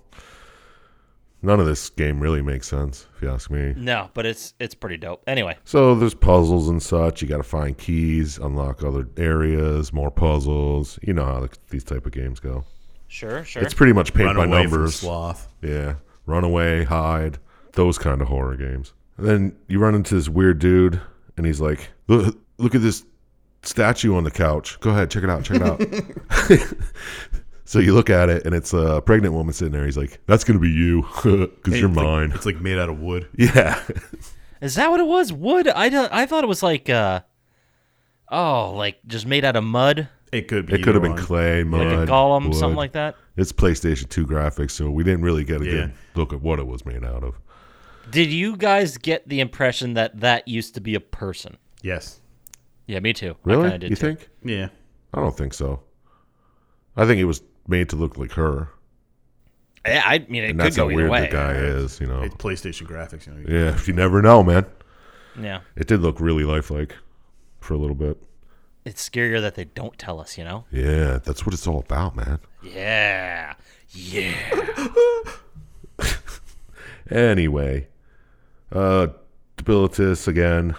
Speaker 2: none of this game really makes sense, if you ask me.
Speaker 5: no, but it's it's pretty dope. Anyway,
Speaker 2: So there's puzzles and such. You got to find keys, unlock other areas, more puzzles. You know how the, these type of games go.
Speaker 5: sure, sure.
Speaker 2: It's pretty much
Speaker 1: Run
Speaker 2: paint by
Speaker 1: away from
Speaker 2: numbers.
Speaker 1: sloth.
Speaker 2: Yeah, run away, hide, those kind of horror games. And then you run into this weird dude, and he's like, "Look, look at this statue on the couch. Go ahead, check it out, check it out."
Speaker 1: <laughs>
Speaker 2: so you look at it, and it's a pregnant woman sitting there. He's like, "That's gonna be you, <laughs> because you're
Speaker 1: It's like-
Speaker 2: mine."
Speaker 1: <laughs> it's like made out of wood.
Speaker 2: yeah,
Speaker 5: Is that what it was? Wood? I, don't- I thought it was like, uh, oh, like just made out of mud,
Speaker 1: It could be.
Speaker 2: it could have
Speaker 1: either
Speaker 2: been
Speaker 1: one.
Speaker 2: clay, mud,
Speaker 5: like a golem, something
Speaker 2: wood.
Speaker 5: like that.
Speaker 2: it's PlayStation 2 graphics, so we didn't really get a good
Speaker 1: Yeah.
Speaker 2: look at what it was made out of.
Speaker 5: Did you guys get the impression that that used to be a person?
Speaker 1: Yes.
Speaker 5: Yeah, me too. I
Speaker 2: Really?
Speaker 5: kinda did
Speaker 2: You
Speaker 5: too.
Speaker 2: think?
Speaker 1: Yeah.
Speaker 2: I don't think so. I think it was made to look like her,
Speaker 5: Yeah, I mean,
Speaker 2: and
Speaker 5: it could
Speaker 2: that's how
Speaker 5: go either
Speaker 2: weird
Speaker 5: way.
Speaker 2: the guy is. You know,
Speaker 1: It's PlayStation graphics. You know. you-
Speaker 2: yeah, you never know, man.
Speaker 5: Yeah,
Speaker 2: It did look really lifelike for a little bit.
Speaker 5: it's scarier that they don't tell us. You know?
Speaker 2: Yeah, that's what it's all about, man.
Speaker 5: Yeah, yeah.
Speaker 2: Anyway, uh, Debilitus again,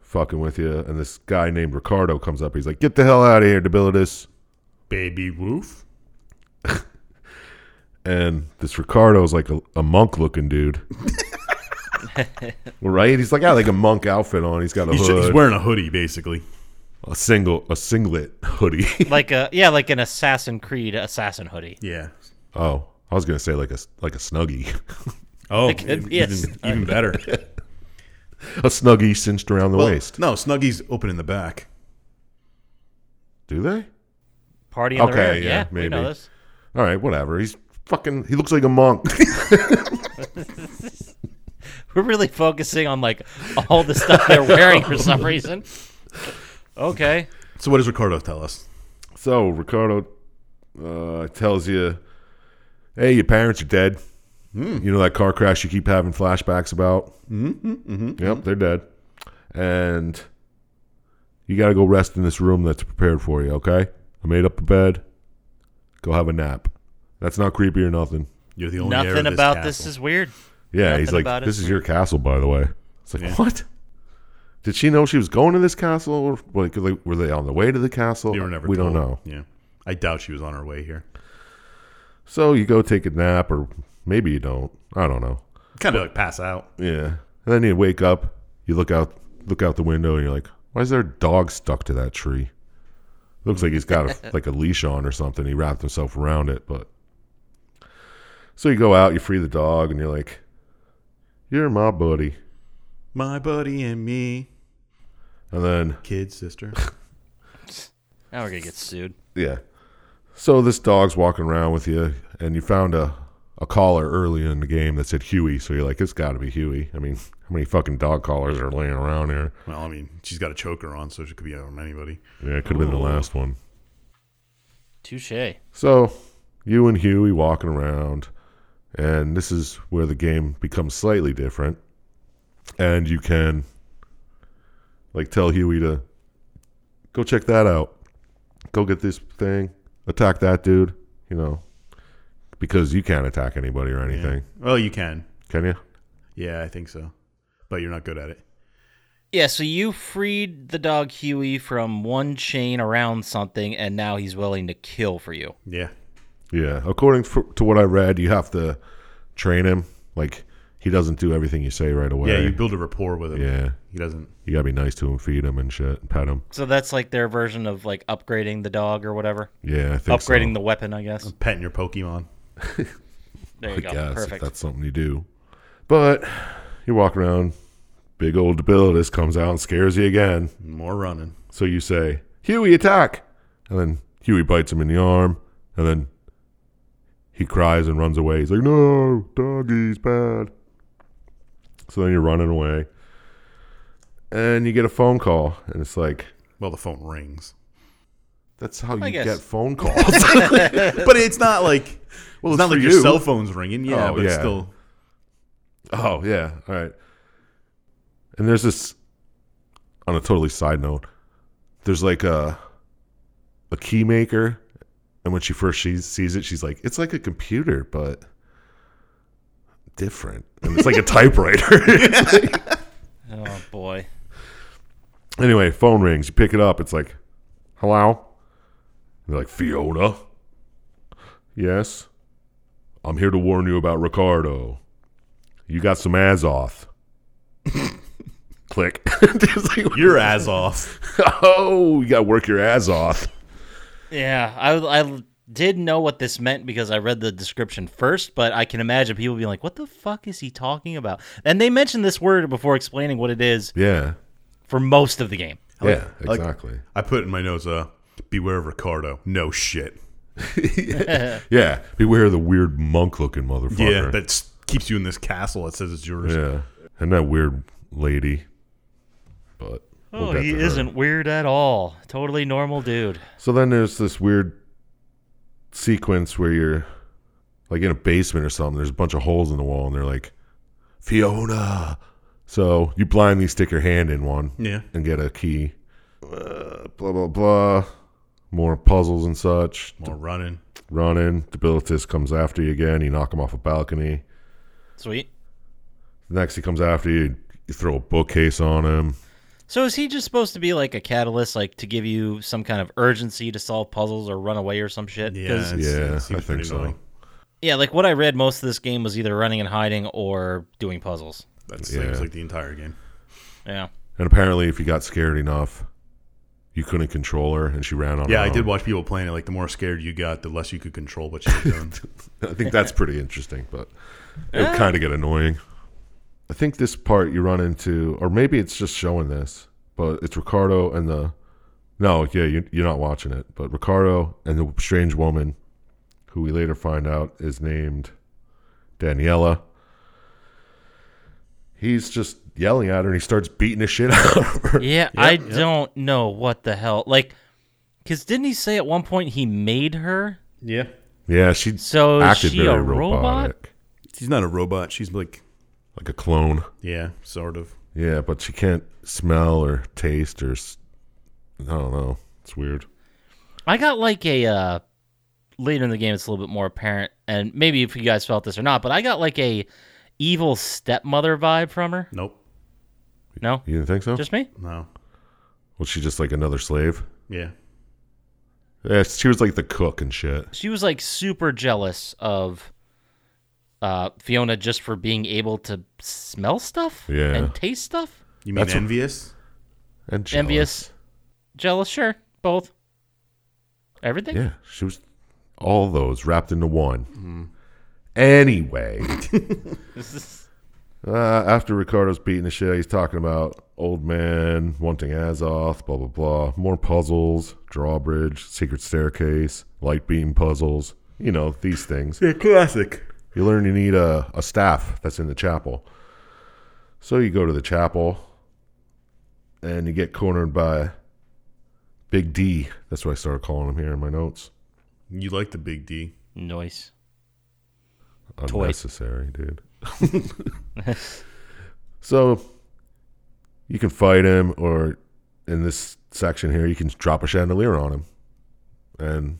Speaker 2: fucking with you, and this guy named Ricardo comes up. He's like, "Get the hell out of here, Debilitus!"
Speaker 1: Baby woof.
Speaker 2: and this Ricardo's like a, a monk
Speaker 1: <laughs>
Speaker 2: looking dude. right? He's like got like a monk outfit on. He's got a
Speaker 1: He's,
Speaker 2: hood,
Speaker 1: he's wearing a hoodie, basically.
Speaker 2: a single a singlet hoodie. <laughs>
Speaker 5: <laughs> Like a yeah, like an Assassin Creed assassin hoodie.
Speaker 1: Yeah.
Speaker 2: oh, I was gonna say like a s- like a snuggie, <laughs>
Speaker 1: Oh,
Speaker 5: It could be a
Speaker 1: even,
Speaker 5: <laughs>
Speaker 1: even better.
Speaker 2: a snuggie cinched around the
Speaker 1: Well,
Speaker 2: waist.
Speaker 1: No, Snuggies open in the back.
Speaker 2: Do they?
Speaker 5: Party in the
Speaker 2: Okay,
Speaker 5: rear.
Speaker 2: yeah,
Speaker 5: Yeah, we
Speaker 2: maybe.
Speaker 5: know this.
Speaker 2: All right, whatever. He's fucking. He looks like a monk.
Speaker 5: We're really focusing on like all the stuff <laughs> they're wearing for some reason. Okay.
Speaker 1: So what does Ricardo tell us?
Speaker 2: so Ricardo uh, tells you, "Hey, your parents are dead. You know that car crash you keep having flashbacks about. Mm-hmm, Yep, they're dead, and you got to go rest in this room that's prepared for you. Okay, I made up a bed. Go have a nap. That's not creepy or nothing.
Speaker 1: You're the only heir
Speaker 5: Nothing
Speaker 1: of this
Speaker 5: about
Speaker 1: castle.
Speaker 5: this is weird.
Speaker 2: Yeah,
Speaker 5: Nothing
Speaker 2: he's like,
Speaker 5: about it.
Speaker 2: this is your castle, by the way. It's like, what? Did she know she was going to this castle? Or like, like, were they on the way to the castle?
Speaker 1: They were never
Speaker 2: we
Speaker 1: told.
Speaker 2: don't know.
Speaker 1: Yeah. I doubt she was on her way here.
Speaker 2: So you go take a nap, or maybe you don't. I don't know.
Speaker 1: Kind of like pass out.
Speaker 2: Yeah. And then you wake up. You look out, look out the window, and you're like, why is there a dog stuck to that tree? Looks like he's got a, like a leash on or something. He wrapped himself around it, but. So you go out, you free the dog, and you're like, "You're my buddy."
Speaker 1: My buddy and me,
Speaker 2: And then
Speaker 1: kid,
Speaker 2: <laughs>
Speaker 1: sister.
Speaker 5: Now we're gonna get sued.
Speaker 2: Yeah. So this dog's walking around with you, and you found a, a collar early in the game that said Huey. So you're like, it's got to be Huey. I mean, how many fucking dog collars are laying around here?
Speaker 1: Well, I mean, she's got a choker on, so she could be on anybody.
Speaker 2: Yeah, it could have been the last one.
Speaker 5: Touche.
Speaker 2: So you and Huey walking around, and this is where the game becomes slightly different. And you can, like, tell Huey to go check that out, go get this thing, attack that dude, you know, because you can't attack anybody or
Speaker 1: Yeah.
Speaker 2: anything,
Speaker 1: Well, you can.
Speaker 2: can you?
Speaker 1: Yeah, I think so. But you're not good at it.
Speaker 5: Yeah, so you freed the dog Huey from one chain around something, and now he's willing to kill for you.
Speaker 1: Yeah.
Speaker 2: Yeah. According f to what I read, you have to train him. Like, he doesn't do everything you say right away.
Speaker 1: Yeah, you build a rapport with him.
Speaker 2: yeah.
Speaker 1: He doesn't.
Speaker 2: You gotta be nice to him, feed him and shit, pet him.
Speaker 5: So that's like their version of like upgrading the dog or whatever.
Speaker 2: Yeah, I think so.
Speaker 5: Upgrading the weapon, I guess.
Speaker 1: Petting your Pokemon.
Speaker 5: There you
Speaker 2: I
Speaker 5: go.
Speaker 2: guess if
Speaker 5: Perfect.
Speaker 2: that's something you do. But you walk around, big old debilitus comes out and scares you again.
Speaker 1: More running.
Speaker 2: So you say, Huey, attack! And then Huey bites him in the arm, and then he cries and runs away. He's like, No, doggy's bad. So then you're running away, and you get a phone call, and it's like,
Speaker 1: Well, the phone rings. <laughs>
Speaker 2: That's how
Speaker 5: I
Speaker 2: you
Speaker 5: guess.
Speaker 2: get phone calls.
Speaker 1: but it's not like. Well, it's not
Speaker 2: for
Speaker 1: like your
Speaker 2: you.
Speaker 1: cell phone's ringing. Yeah,
Speaker 2: Oh,
Speaker 1: but it's
Speaker 2: yeah.
Speaker 1: still.
Speaker 2: Oh yeah, all right. And there's this on a totally side note. There's like a a key maker, and when she first she sees it, she's like, "It's like a computer, but different." And it's like a typewriter. <laughs>
Speaker 5: Oh boy.
Speaker 2: anyway, phone rings. You pick it up. It's like, "Hello." They're like, "Fiona." Yes, I'm here to warn you about Ricardo. You got some ass
Speaker 1: <laughs>
Speaker 2: off. Click. Just like-
Speaker 1: Your ass off.
Speaker 2: oh, you got to work your ass off.
Speaker 5: Yeah, I, I did know what this meant because I read the description first, but I can imagine people being like, "What the fuck is he talking about?" And they mentioned this word before explaining what it is
Speaker 2: Yeah.
Speaker 5: for most of the game.
Speaker 2: Yeah,
Speaker 1: like-
Speaker 2: exactly.
Speaker 1: I put in my nose, uh, beware of Ricardo. No shit.
Speaker 2: yeah. Beware of the weird monk looking motherfucker.
Speaker 1: Yeah, that s- keeps you in this castle that says it's yours.
Speaker 2: yeah. And that weird lady. But we'll
Speaker 5: oh,
Speaker 2: get
Speaker 5: he
Speaker 2: to her.
Speaker 5: isn't weird at all. Totally normal dude.
Speaker 2: So then there's this weird sequence where you're like in a basement or something. There's a bunch of holes in the wall, and they're like, Fiona. So you blindly stick your hand in one
Speaker 1: Yeah.
Speaker 2: and get a key. Uh, blah, blah, blah. More puzzles and such.
Speaker 1: More running.
Speaker 2: Running. Debilitus comes after you again. You knock him off a balcony.
Speaker 5: Sweet.
Speaker 2: Next, he comes after you. You throw a bookcase on him.
Speaker 5: So is he just supposed to be like a catalyst, like to give you some kind of urgency to solve puzzles or run away or some shit?
Speaker 1: Yeah,
Speaker 5: 'Cause-
Speaker 1: it's-
Speaker 2: Yeah,
Speaker 1: seems
Speaker 2: I think
Speaker 1: pretty
Speaker 2: so.
Speaker 1: annoying.
Speaker 5: Yeah, like what I read, most of this game was either running and hiding or doing puzzles.
Speaker 1: That
Speaker 2: Yeah.
Speaker 1: seems like the entire game.
Speaker 5: Yeah.
Speaker 2: And apparently, if you got scared enough, you couldn't control her, and she ran on.
Speaker 1: Yeah,
Speaker 2: her
Speaker 1: I did
Speaker 2: own.
Speaker 1: watch people playing it. Like the more scared you got, the less you could control what you were doing.
Speaker 2: I think that's pretty interesting, but it
Speaker 5: Uh.
Speaker 2: would kind of get annoying. I think this part you run into, or maybe it's just showing this, but it's Ricardo and the. No, yeah, you, you're not watching it, but Ricardo and the strange woman, who we later find out is named Daniela. He's just yelling at her, and he starts beating the shit out of her.
Speaker 5: Yeah, I don't know what the hell. Like, because didn't he say at one point he made her?
Speaker 1: <laughs> yeah,
Speaker 2: Yeah, she
Speaker 5: So is
Speaker 2: acted
Speaker 5: she
Speaker 2: very
Speaker 5: a robot?
Speaker 2: robotic,
Speaker 1: she's not a robot. She's like,
Speaker 2: like a clone.
Speaker 1: yeah, sort of.
Speaker 2: Yeah, but she can't smell or taste or s- I don't know. It's weird.
Speaker 5: I got like a uh later in the game it's a little bit more apparent and maybe if you guys felt this or not, but I got like a evil stepmother vibe from her.
Speaker 1: Nope,
Speaker 5: No?
Speaker 2: You didn't think so?
Speaker 5: Just me?
Speaker 1: no,
Speaker 2: was she just like another slave?
Speaker 1: yeah.
Speaker 2: Yeah, she was like the cook and shit.
Speaker 5: She was like super jealous of uh Fiona just for being able to smell stuff
Speaker 2: Yeah.
Speaker 5: and taste stuff.
Speaker 1: You mean
Speaker 2: That's what-
Speaker 1: envious?
Speaker 2: And jealous.
Speaker 5: Envious. Jealous, sure. Both. Everything?
Speaker 2: Yeah, she was all those wrapped into one. Anyway, <laughs> uh, after Ricardo's beating the shit, he's talking about old man wanting Azoth, blah blah blah. More puzzles, drawbridge, secret staircase, light beam puzzles. You know these things.
Speaker 1: Yeah, classic.
Speaker 2: You learn you need a, a staff that's in the chapel. So you go to the chapel and you get cornered by Big D. That's what I started calling him here in my notes.
Speaker 1: You like the big D?
Speaker 5: <laughs> Noise. Toy.
Speaker 2: Unnecessary, dude. <laughs> so you can fight him, or in this section here, you can drop a chandelier on him. And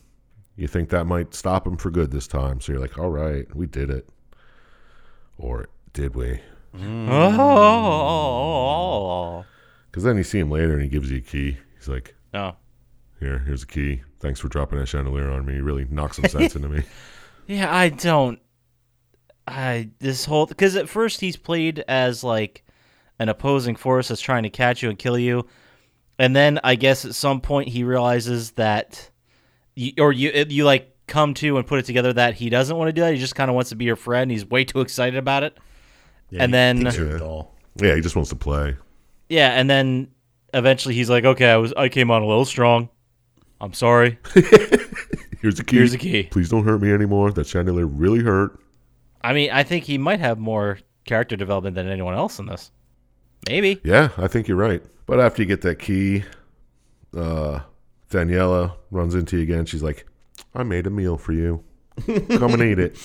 Speaker 2: you think that might stop him for good this time. So you're like, all right, we did it. Or did we?
Speaker 1: Mm.
Speaker 5: Oh.
Speaker 2: Because then you see him later and he gives you a key. He's like,
Speaker 5: No.
Speaker 2: here, here's a key. Thanks for dropping that chandelier on me. You really knocked some sense into
Speaker 5: <laughs>
Speaker 2: me.
Speaker 5: Yeah, I don't. I this whole because at first he's played as like an opposing force that's trying to catch you and kill you, and then I guess at some point he realizes that, you, or you it- you like come to and put it together that he doesn't want to do that. He just kind of wants to be your friend. He's way too excited about it,
Speaker 1: Yeah,
Speaker 5: and
Speaker 1: he
Speaker 5: then
Speaker 1: thinks you're a doll.
Speaker 2: Yeah, he just wants to play.
Speaker 5: yeah, and then eventually he's like, okay, I was I came on a little strong. I'm sorry.
Speaker 2: Here's a key.
Speaker 5: Here's a key.
Speaker 2: Please don't hurt me anymore. That chandelier really hurt.
Speaker 5: I mean, I think he might have more character development than anyone else in this. Maybe.
Speaker 2: Yeah, I think you're right. But after you get that key, uh, Daniela runs into you again. She's like, I made a meal for you. Come and eat
Speaker 5: <laughs>
Speaker 2: it.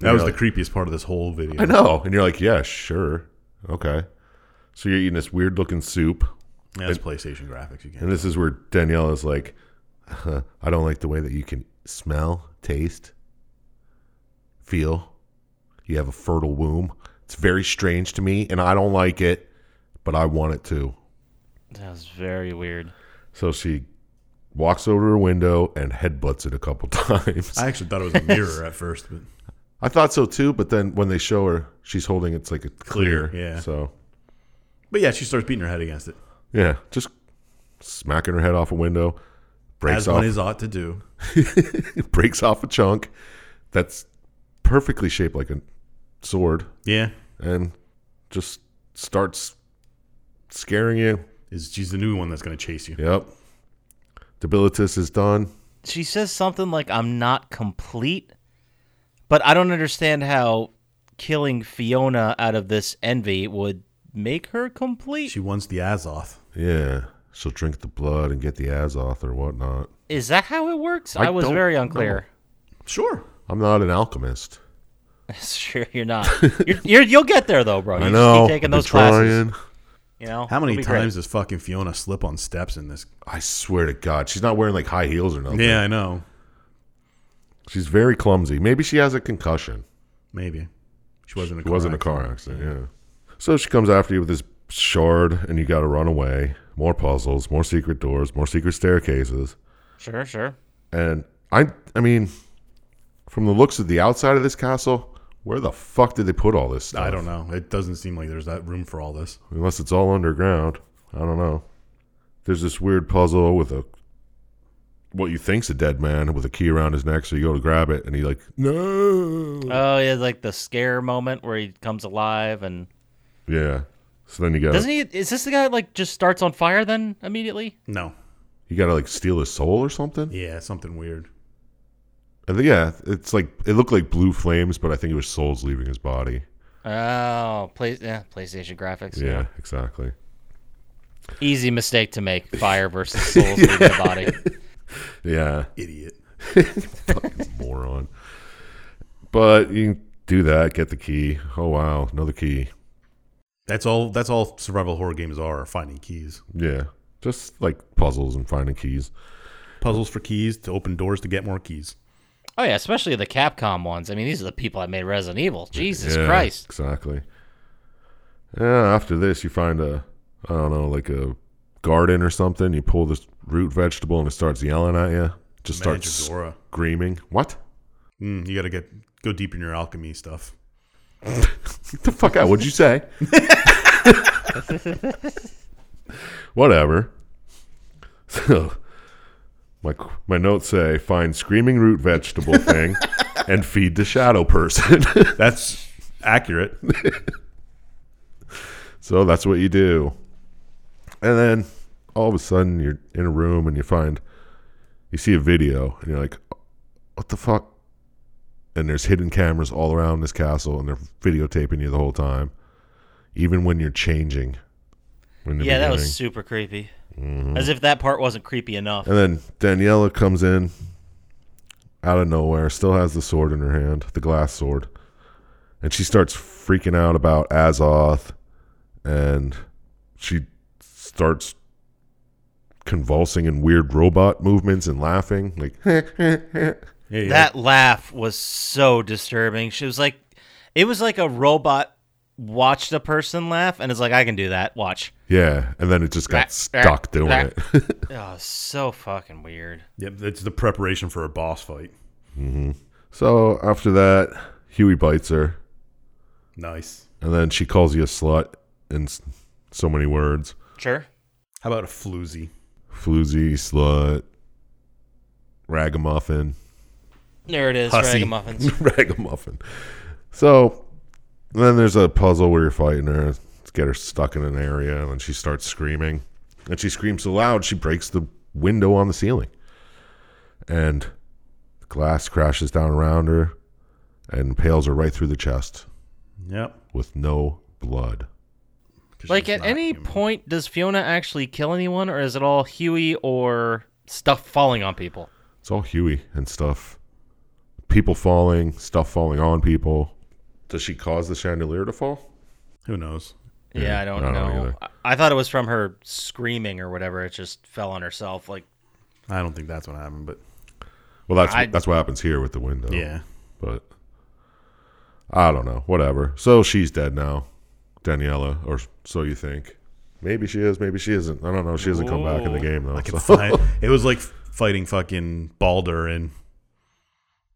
Speaker 1: That was
Speaker 2: Yeah.
Speaker 1: the creepiest part of this whole video.
Speaker 2: I know. And you're like, yeah, sure. Okay. So you're eating this weird looking soup.
Speaker 1: Yeah, That's PlayStation graphics again.
Speaker 2: And this is where Daniela's like, <laughs> "Huh, I don't like the way that you can smell, taste, feel. You have a fertile womb. It's very strange to me, and I don't like it, but I want it to.
Speaker 5: That was very weird.
Speaker 2: So she walks over to her window and headbutts it a couple <laughs> times. I,
Speaker 1: I actually thought it was a mirror at first, but
Speaker 2: thought so too, but then when they show her, she's holding it's like a clear.
Speaker 1: Clear, yeah.
Speaker 2: So
Speaker 1: but yeah, she starts beating her head against it,
Speaker 2: yeah, just smacking her head off a window, breaks
Speaker 1: as one
Speaker 2: off
Speaker 1: is ought to do.
Speaker 2: breaks off a chunk that's perfectly shaped like a sword
Speaker 1: Yeah,
Speaker 2: and just starts scaring you.
Speaker 1: is she's the new one that's going to chase you?
Speaker 2: Yep. Debilitus is done.
Speaker 5: She says something like, I'm not complete, but I don't understand how killing Fiona out of this envy would make her complete.
Speaker 1: She wants the Azoth.
Speaker 2: Yeah. She'll drink the blood and get the Azoth or whatnot.
Speaker 5: Is that how it works? I,
Speaker 2: I
Speaker 5: was
Speaker 2: don't
Speaker 5: very unclear. <laughs>
Speaker 1: Sure.
Speaker 2: I'm not an alchemist.
Speaker 5: sure, you're not. You're, you're, you'll get there, though, bro. You
Speaker 2: I know.
Speaker 5: Just keep taking
Speaker 2: I've been
Speaker 5: those classes.
Speaker 2: trying.
Speaker 5: You know?
Speaker 1: How many
Speaker 5: It'll be great.
Speaker 1: times does fucking Fiona slip on steps in this?
Speaker 2: I swear to God, she's not wearing like high heels or nothing.
Speaker 1: Yeah, I know.
Speaker 2: She's very clumsy. Maybe she has a concussion.
Speaker 1: Maybe she wasn't. A
Speaker 2: It wasn't a car accident, yeah. So she comes after you with this shard, and you got to run away. More puzzles, more secret doors, more secret staircases,
Speaker 5: Sure, sure.
Speaker 2: and I, I mean, From the looks of the outside of this castle, where the fuck did they put all this stuff?
Speaker 1: I don't know. It doesn't seem like there's that room for all this.
Speaker 2: Unless it's all underground. I don't know. There's this weird puzzle with a what you think's a dead man with a key around his neck, so you go to grab it and he like no
Speaker 5: Oh, yeah, like the scare moment where he comes alive and
Speaker 2: Yeah. So then you gotta
Speaker 5: doesn't he? Is this the guy that like just starts on fire then immediately?
Speaker 1: No.
Speaker 2: you gotta like steal his soul or something?
Speaker 1: Yeah, something weird.
Speaker 2: I think- yeah, it's like it looked like blue flames, but I think it was souls leaving his body.
Speaker 5: Oh, play, yeah, PlayStation graphics.
Speaker 2: Yeah, exactly.
Speaker 5: easy mistake to make.
Speaker 2: <laughs>
Speaker 5: Fire versus souls leaving the body.
Speaker 2: Yeah.
Speaker 1: Idiot.
Speaker 2: moron. But you can do that, get the key. Oh wow, another key.
Speaker 1: That's all. That's all survival horror games are: are finding keys,
Speaker 2: Yeah. Just like puzzles and finding keys.
Speaker 1: puzzles for keys to open doors to get more keys.
Speaker 5: Oh yeah, especially the Capcom ones. I mean, these are the people that made Resident Evil. Jesus
Speaker 2: Yeah,
Speaker 5: Christ.
Speaker 2: Exactly. Yeah, after this you find a I don't know, like a garden or something, you pull this root vegetable and it starts yelling at you. Just starts
Speaker 1: Manjadora.
Speaker 2: screaming. What?
Speaker 1: Mm, you got to get go deep in your alchemy stuff.
Speaker 2: Get <laughs> the fuck out. What'd you say? Whatever. So, my, my notes say find screaming root vegetable thing and feed the shadow person. <laughs>
Speaker 1: That's accurate.
Speaker 2: so that's what you do. And then all of a sudden you're in a room and you find, you see a video and you're like, what the fuck? And there's hidden cameras all around this castle and they're videotaping you the whole time, even when you're changing. in the
Speaker 5: Yeah, that
Speaker 2: beginning.
Speaker 5: was super creepy.
Speaker 2: Mm-hmm.
Speaker 5: As if that part wasn't creepy enough.
Speaker 2: And then Daniela comes in out of nowhere, still has the sword in her hand, the glass sword. And she starts freaking out about Azoth and she starts convulsing in weird robot movements and laughing like
Speaker 1: Yeah, yeah.
Speaker 5: That laugh was so disturbing. She was like, it was like a robot watched a person laugh and is like, I can do that. Watch.
Speaker 2: yeah and then it just got stuck doing it
Speaker 5: <laughs> Oh, so fucking weird.
Speaker 1: Yep, it's the preparation for a boss fight.
Speaker 2: so after that huey bites her
Speaker 1: Nice.
Speaker 2: and then she calls you a slut in s- so many words
Speaker 5: Sure.
Speaker 1: How about a floozy?
Speaker 2: floozy slut ragamuffin
Speaker 5: There it is,
Speaker 1: Hussy.
Speaker 5: Ragamuffins.
Speaker 2: ragamuffin so then there's a puzzle where you're fighting her to get her stuck in an area and then she starts screaming and she screams so loud she breaks the window on the ceiling and glass crashes down around her and impales her right through the chest
Speaker 1: <laughs> Yep.
Speaker 2: with no blood
Speaker 1: 'Cause
Speaker 5: Like,
Speaker 1: she's
Speaker 5: at
Speaker 1: not
Speaker 5: any
Speaker 1: human.
Speaker 5: point, does Fiona actually kill anyone, or is it all Huey or stuff falling on people?
Speaker 2: it's all huey and stuff people falling stuff falling on people does she cause the chandelier to fall
Speaker 1: Who knows?
Speaker 5: Yeah, I
Speaker 2: I
Speaker 5: don't,
Speaker 2: don't know
Speaker 5: know.
Speaker 2: either.
Speaker 5: I, I thought it was from her screaming or whatever. It just fell on herself. Like,
Speaker 1: I don't think that's what happened, but
Speaker 2: Well, that's
Speaker 5: I-
Speaker 2: that's what happens here with the window.
Speaker 1: yeah.
Speaker 2: but I don't know. Whatever. So she's dead now, Daniela, or so you think. Maybe she is. Maybe she isn't. I don't know. She hasn't come back in the game though.
Speaker 1: I can
Speaker 2: so-
Speaker 1: find. It was like fighting fucking Balder in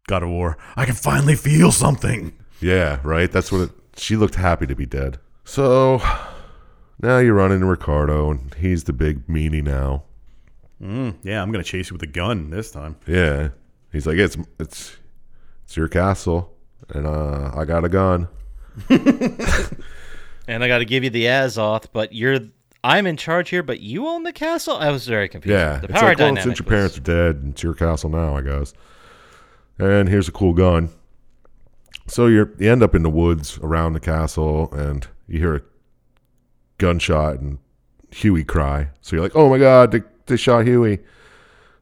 Speaker 1: God of War. I can finally feel something. <laughs>
Speaker 2: yeah, right. That's what it, she looked happy to be dead. So now you run into Ricardo, and he's the big meanie now.
Speaker 1: Yeah, I'm gonna chase you with a gun this time.
Speaker 2: Yeah, he's like it's it's it's your castle, and uh, I got a gun.
Speaker 5: and I got to give you the Azoth, but you're. I'm in charge here, but you own the castle. I was very confused.
Speaker 2: Yeah,
Speaker 5: the
Speaker 2: it's
Speaker 5: power
Speaker 2: like, well,
Speaker 5: dynamic.
Speaker 2: since your
Speaker 5: was-
Speaker 2: parents are dead, it's your castle now, I guess. And here's a cool gun. So you're you end up in the woods around the castle, and you hear a gunshot and Huey cry. So you're like, "Oh my god, they, they shot Huey!"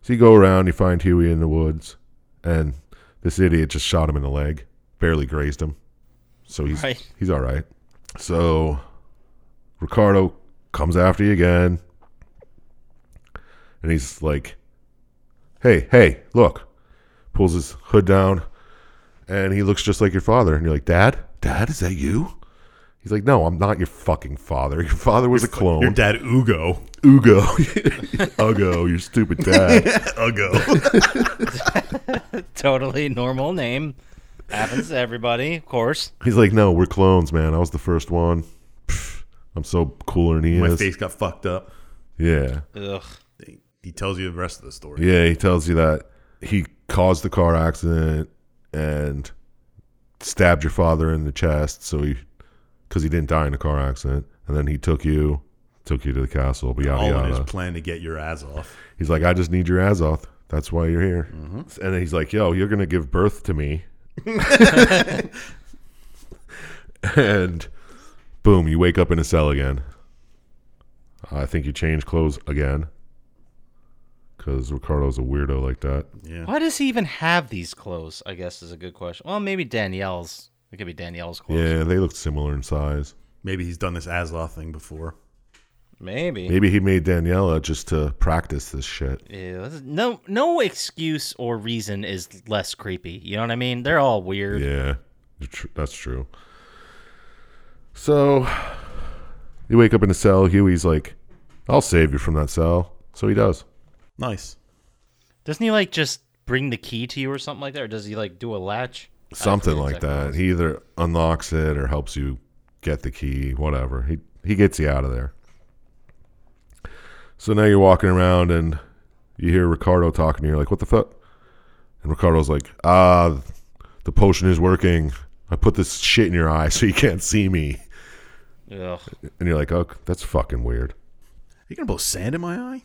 Speaker 2: So you go around, you find Huey in the woods, and this idiot just shot him in the leg, barely grazed him. So he's
Speaker 5: Right.
Speaker 2: he's all right. So Ricardo comes after you again, and he's like, "Hey, hey, look!" Pulls his hood down, and he looks just like your father. And you're like, "Dad, Dad, is that you?" He's like, no, I'm not your fucking father. Your father was a clone.
Speaker 1: Your dad, Ugo.
Speaker 2: Ugo. <laughs> Ugo, your stupid dad.
Speaker 1: <laughs> Ugo.
Speaker 5: Totally normal name. Happens to everybody, of course.
Speaker 2: He's like, no, we're clones, man. I was the first one. Pfft, I'm so cooler than he
Speaker 1: My
Speaker 2: is.
Speaker 1: face got fucked up.
Speaker 2: Yeah.
Speaker 5: Ugh.
Speaker 1: He tells you the rest of the story.
Speaker 2: Yeah, he tells you that he caused the car accident and stabbed your father in the chest, so he because he didn't die in a car accident, and then he took you took you to the castle. But yada
Speaker 1: All in his
Speaker 2: yada.
Speaker 1: plan to get your ass off.
Speaker 2: He's like, I just need your Azoth. That's why you're here. And then he's like, Yo, you're gonna give birth to me. and boom, you wake up in a cell again. I think you change clothes again. Because Ricardo's a weirdo like that.
Speaker 1: Yeah.
Speaker 5: Why does he even have these clothes? I guess is a good question. Well, maybe Danielle's. It could be Danielle's clothes.
Speaker 2: Yeah, they look similar in size.
Speaker 1: Maybe he's done this Asloth thing before.
Speaker 5: Maybe.
Speaker 2: Maybe he made Daniela just to practice this shit.
Speaker 5: Ew, this is- no, no excuse or reason is less creepy. You know what I mean? They're all weird.
Speaker 2: Yeah, you're tr- that's true. So you wake up in a cell. Huey's like, "I'll save you from that cell." So he does.
Speaker 1: Nice.
Speaker 5: Doesn't he like just bring the key to you or something like that? Or does he like do a latch? I
Speaker 2: Something
Speaker 5: forget
Speaker 2: like
Speaker 5: exactly what
Speaker 2: that.
Speaker 5: it
Speaker 2: He either unlocks it or helps you get the key. Whatever. He he gets you out of there. So now you're walking around and you hear Ricardo talking. And you're like, "What the fuck?" And Ricardo's like, "Ah, the potion is working. I put this shit in your eye so you can't see me."
Speaker 5: was. Ugh.
Speaker 2: And you're like, "Oh, that's fucking weird."
Speaker 1: Are you going to blow sand in my eye?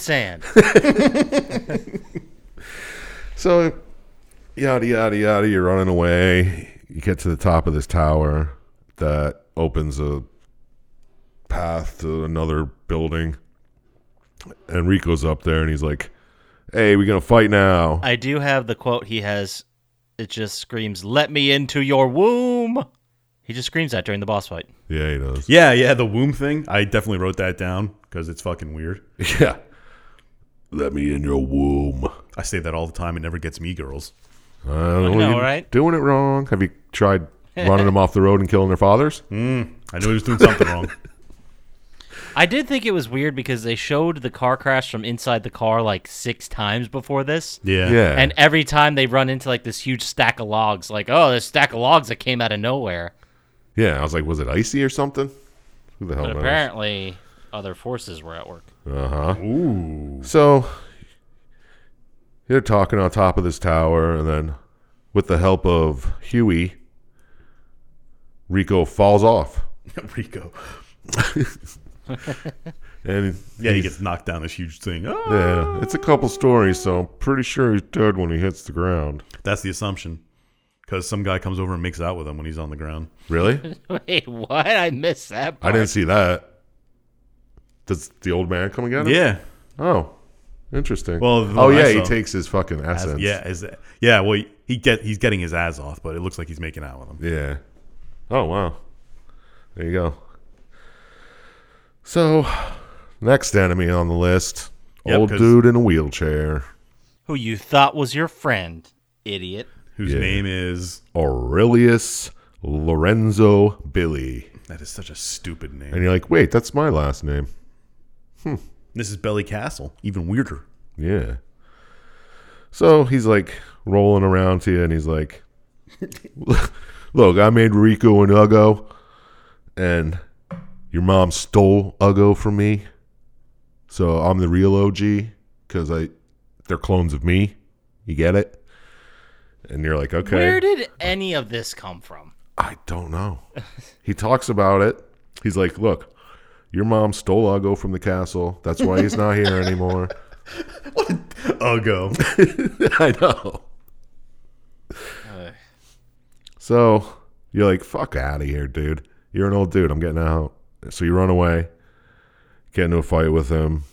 Speaker 2: <laughs>
Speaker 5: sand.
Speaker 2: So, yada yada yada. You're running away. You get to the top of this tower that opens a path to another building. And Rico's up there, and he's like, "Hey, we gonna fight now?"
Speaker 5: I do have the quote he has. It just screams, "Let me into your womb." He just screams that during the boss fight.
Speaker 2: yeah, he does. <laughs>
Speaker 1: Yeah, yeah, the womb thing. I definitely wrote that down because it's fucking weird.
Speaker 2: Yeah. Let me in your womb.
Speaker 1: I say that all the time. It never gets me girls.
Speaker 2: I don't
Speaker 5: know,
Speaker 2: you're
Speaker 5: right?
Speaker 2: Doing it wrong. Have you tried running them off the road and killing their
Speaker 5: <laughs>
Speaker 2: fathers?
Speaker 1: I knew he was doing something wrong.
Speaker 5: I did think it was weird because they showed the car crash from inside the car like six times before this.
Speaker 1: Yeah.
Speaker 2: <laughs> Yeah.
Speaker 5: And every time they run into like this huge stack of logs, like, oh, this stack of logs that came out of nowhere.
Speaker 2: yeah. I was like, was it icy or something? Who the hell
Speaker 5: But
Speaker 2: knows?
Speaker 5: apparently, other forces were at work. <laughs>
Speaker 2: So they're talking on top of this tower, and then with the help of Huey, Rico falls off.
Speaker 1: <laughs> Rico.
Speaker 2: And
Speaker 1: Yeah, he gets knocked down this huge thing. Ah!
Speaker 2: yeah, it's a couple stories, so I'm pretty sure he's dead when he hits the ground.
Speaker 1: That's the assumption. Because some guy comes over and makes out with him when he's on the ground.
Speaker 2: Really?
Speaker 5: Wait, what? I missed that.
Speaker 2: I
Speaker 5: Part.
Speaker 2: didn't see that. Does the old man come again?
Speaker 1: Yeah.
Speaker 2: Oh, interesting.
Speaker 1: Well, the
Speaker 2: oh
Speaker 1: one I
Speaker 2: yeah, he
Speaker 1: saw.
Speaker 2: takes his fucking
Speaker 1: As-
Speaker 2: essence.
Speaker 1: yeah, is that, yeah. Well, he get he's getting his ass off, but it looks like he's making out with him.
Speaker 2: Yeah. Oh wow. There you go. So, next enemy on the list,
Speaker 1: Yep,
Speaker 2: old
Speaker 1: 'cause-
Speaker 2: dude in a wheelchair,
Speaker 5: Who you thought was your friend, idiot?
Speaker 1: Whose
Speaker 2: Yeah.
Speaker 1: name is
Speaker 2: Aurelius Lorenzo Billy.
Speaker 1: that is such a stupid name.
Speaker 2: And you're like, "Wait, that's my last name."
Speaker 1: this is Belly Castle, even weirder.
Speaker 2: Yeah. So, he's like rolling around to you and he's like, <laughs> "Look, I made Rico and Ugo and your mom stole Ugo from me." So I'm the real OG because I they're clones of me. You get it? And you're like, okay.
Speaker 5: Where did any of this come from?
Speaker 2: I don't know. he talks about it. He's like, look, your mom stole Ugo from the castle. That's why he's not here anymore.
Speaker 1: <laughs> Ugo.
Speaker 2: I know. So you're like, fuck out of here, dude. You're an old dude. I'm getting out. So you run away, get into a fight with him.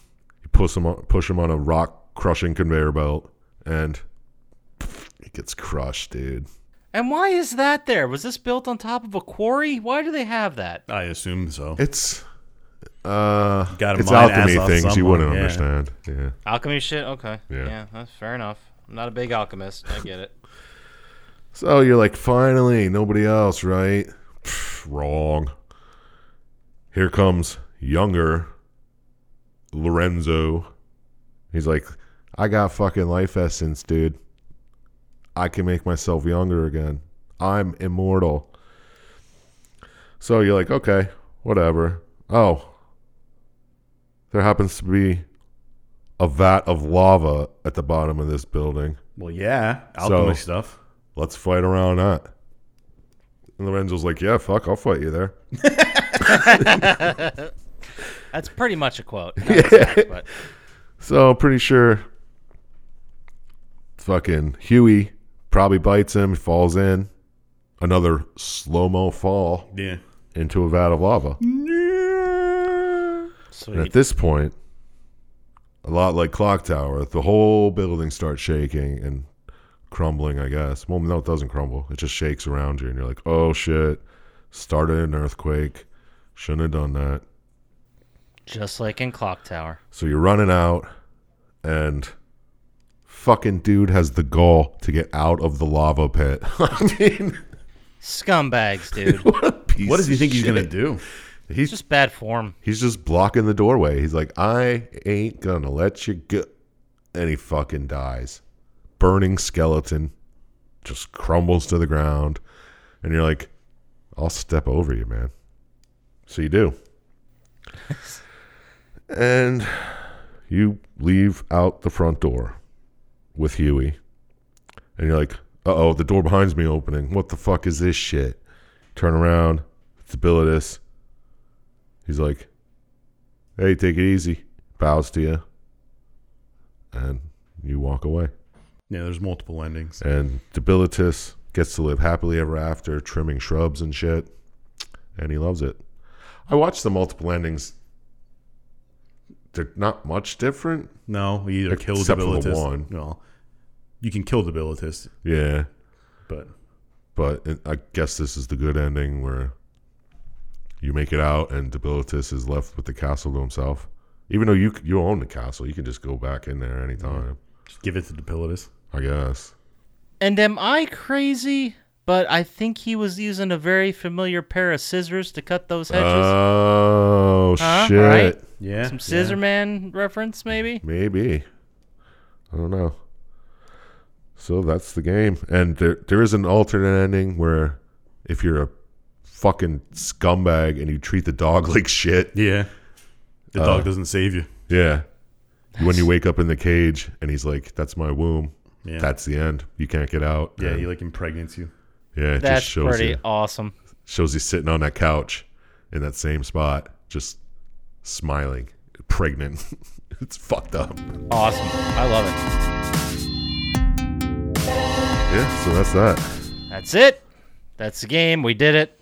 Speaker 2: You push him on, push him on a rock crushing conveyor belt, and it gets crushed, dude.
Speaker 5: And why is that there? Was this built on top of a quarry? Why do they have that?
Speaker 1: I assume so.
Speaker 2: It's uh,
Speaker 1: gotta
Speaker 2: it's
Speaker 1: mine ass
Speaker 2: alchemy
Speaker 1: off
Speaker 2: things you
Speaker 1: someone,
Speaker 2: wouldn't
Speaker 1: yeah.
Speaker 2: understand. Yeah.
Speaker 5: Alchemy shit? Okay.
Speaker 2: Yeah. <laughs>
Speaker 5: that's fair enough. I'm not a big alchemist. I get it.
Speaker 2: So you're like, finally, nobody else, right? Pff, wrong. Here comes younger Lorenzo. He's like, I got fucking life essence, dude. I can make myself younger again. I'm immortal. So you're like, okay, whatever. Oh, there happens to be a vat of lava at the bottom of this building
Speaker 1: Well, yeah, alchemy
Speaker 2: So-
Speaker 1: stuff.
Speaker 2: let's fight around that. And Lorenzo's like, yeah, fuck, I'll fight you there.
Speaker 5: That's pretty much
Speaker 2: <laughs>
Speaker 5: a quote. Not exact, but
Speaker 2: So pretty sure fucking Huey probably bites him, falls in. Another slow mo fall
Speaker 1: Yeah.
Speaker 2: into a vat of lava. And at
Speaker 5: sweet.
Speaker 2: this point, a lot like Clock Tower, the whole building starts shaking and crumbling, I guess. Well, no, it doesn't crumble. It just shakes around you, and you're like, oh shit, started an earthquake. Shouldn't have done that.
Speaker 5: Just like in Clock Tower.
Speaker 2: So you're running out, and fucking dude has the gall to get out of the lava pit. <laughs> I mean, <laughs>
Speaker 5: Scumbags, dude.
Speaker 2: what a piece
Speaker 1: What does he
Speaker 2: of
Speaker 1: think he's
Speaker 2: shit.
Speaker 1: gonna do?
Speaker 2: He's just
Speaker 5: Just bad form.
Speaker 2: he's just blocking the doorway. He's like, I ain't gonna let you go, and he fucking dies. Burning skeleton just crumbles to the ground, and you're like, I'll step over you, man. So you do. and you leave out the front door with Huey. And you're like, uh oh, the door behind's me opening. What the fuck is this shit? Turn around. It's Abilitus. He's like, hey, take it easy. Bows to you. And you walk away.
Speaker 1: Yeah, there's multiple endings.
Speaker 2: And Debilitus gets to live happily ever after, trimming shrubs and shit. And he loves it. I watched the multiple endings. They're not much different.
Speaker 1: No, he either kills
Speaker 2: Except for the
Speaker 1: Debilitus.
Speaker 2: one.
Speaker 1: No, you can kill Debilitus,
Speaker 2: Yeah.
Speaker 1: but
Speaker 2: But it- I guess this is the good ending where you make it out and Debilitus is left with the castle to himself. Even though you c- you own the castle, you can just go back in there anytime,
Speaker 1: just give it to Debilitus.
Speaker 2: I guess.
Speaker 5: And am I crazy? But I think he was using a very familiar pair of scissors to cut those
Speaker 2: Uh,
Speaker 5: hedges.
Speaker 2: Oh,
Speaker 5: Huh?
Speaker 2: shit.
Speaker 5: Right?
Speaker 1: Yeah,
Speaker 5: Some Scissor Man reference, maybe?
Speaker 2: Maybe. I don't know. So that's the game. And there there is an alternate ending where if you're a fucking scumbag and you treat the dog <laughs> like shit,
Speaker 1: Yeah, the
Speaker 2: Uh,
Speaker 1: dog doesn't save you.
Speaker 2: yeah. When you wake up in the cage and he's like, That's my womb.
Speaker 1: Yeah.
Speaker 2: That's the end. You can't get out.
Speaker 1: Yeah,
Speaker 2: And-
Speaker 1: he like impregnates you.
Speaker 2: yeah, it
Speaker 5: That's
Speaker 2: just shows
Speaker 5: pretty
Speaker 2: you
Speaker 5: awesome.
Speaker 2: shows you sitting on that couch in that same spot, just smiling, pregnant. <laughs> it's fucked up.
Speaker 5: Awesome. I love it.
Speaker 2: Yeah, so that's that.
Speaker 5: That's it. That's the game. We did it.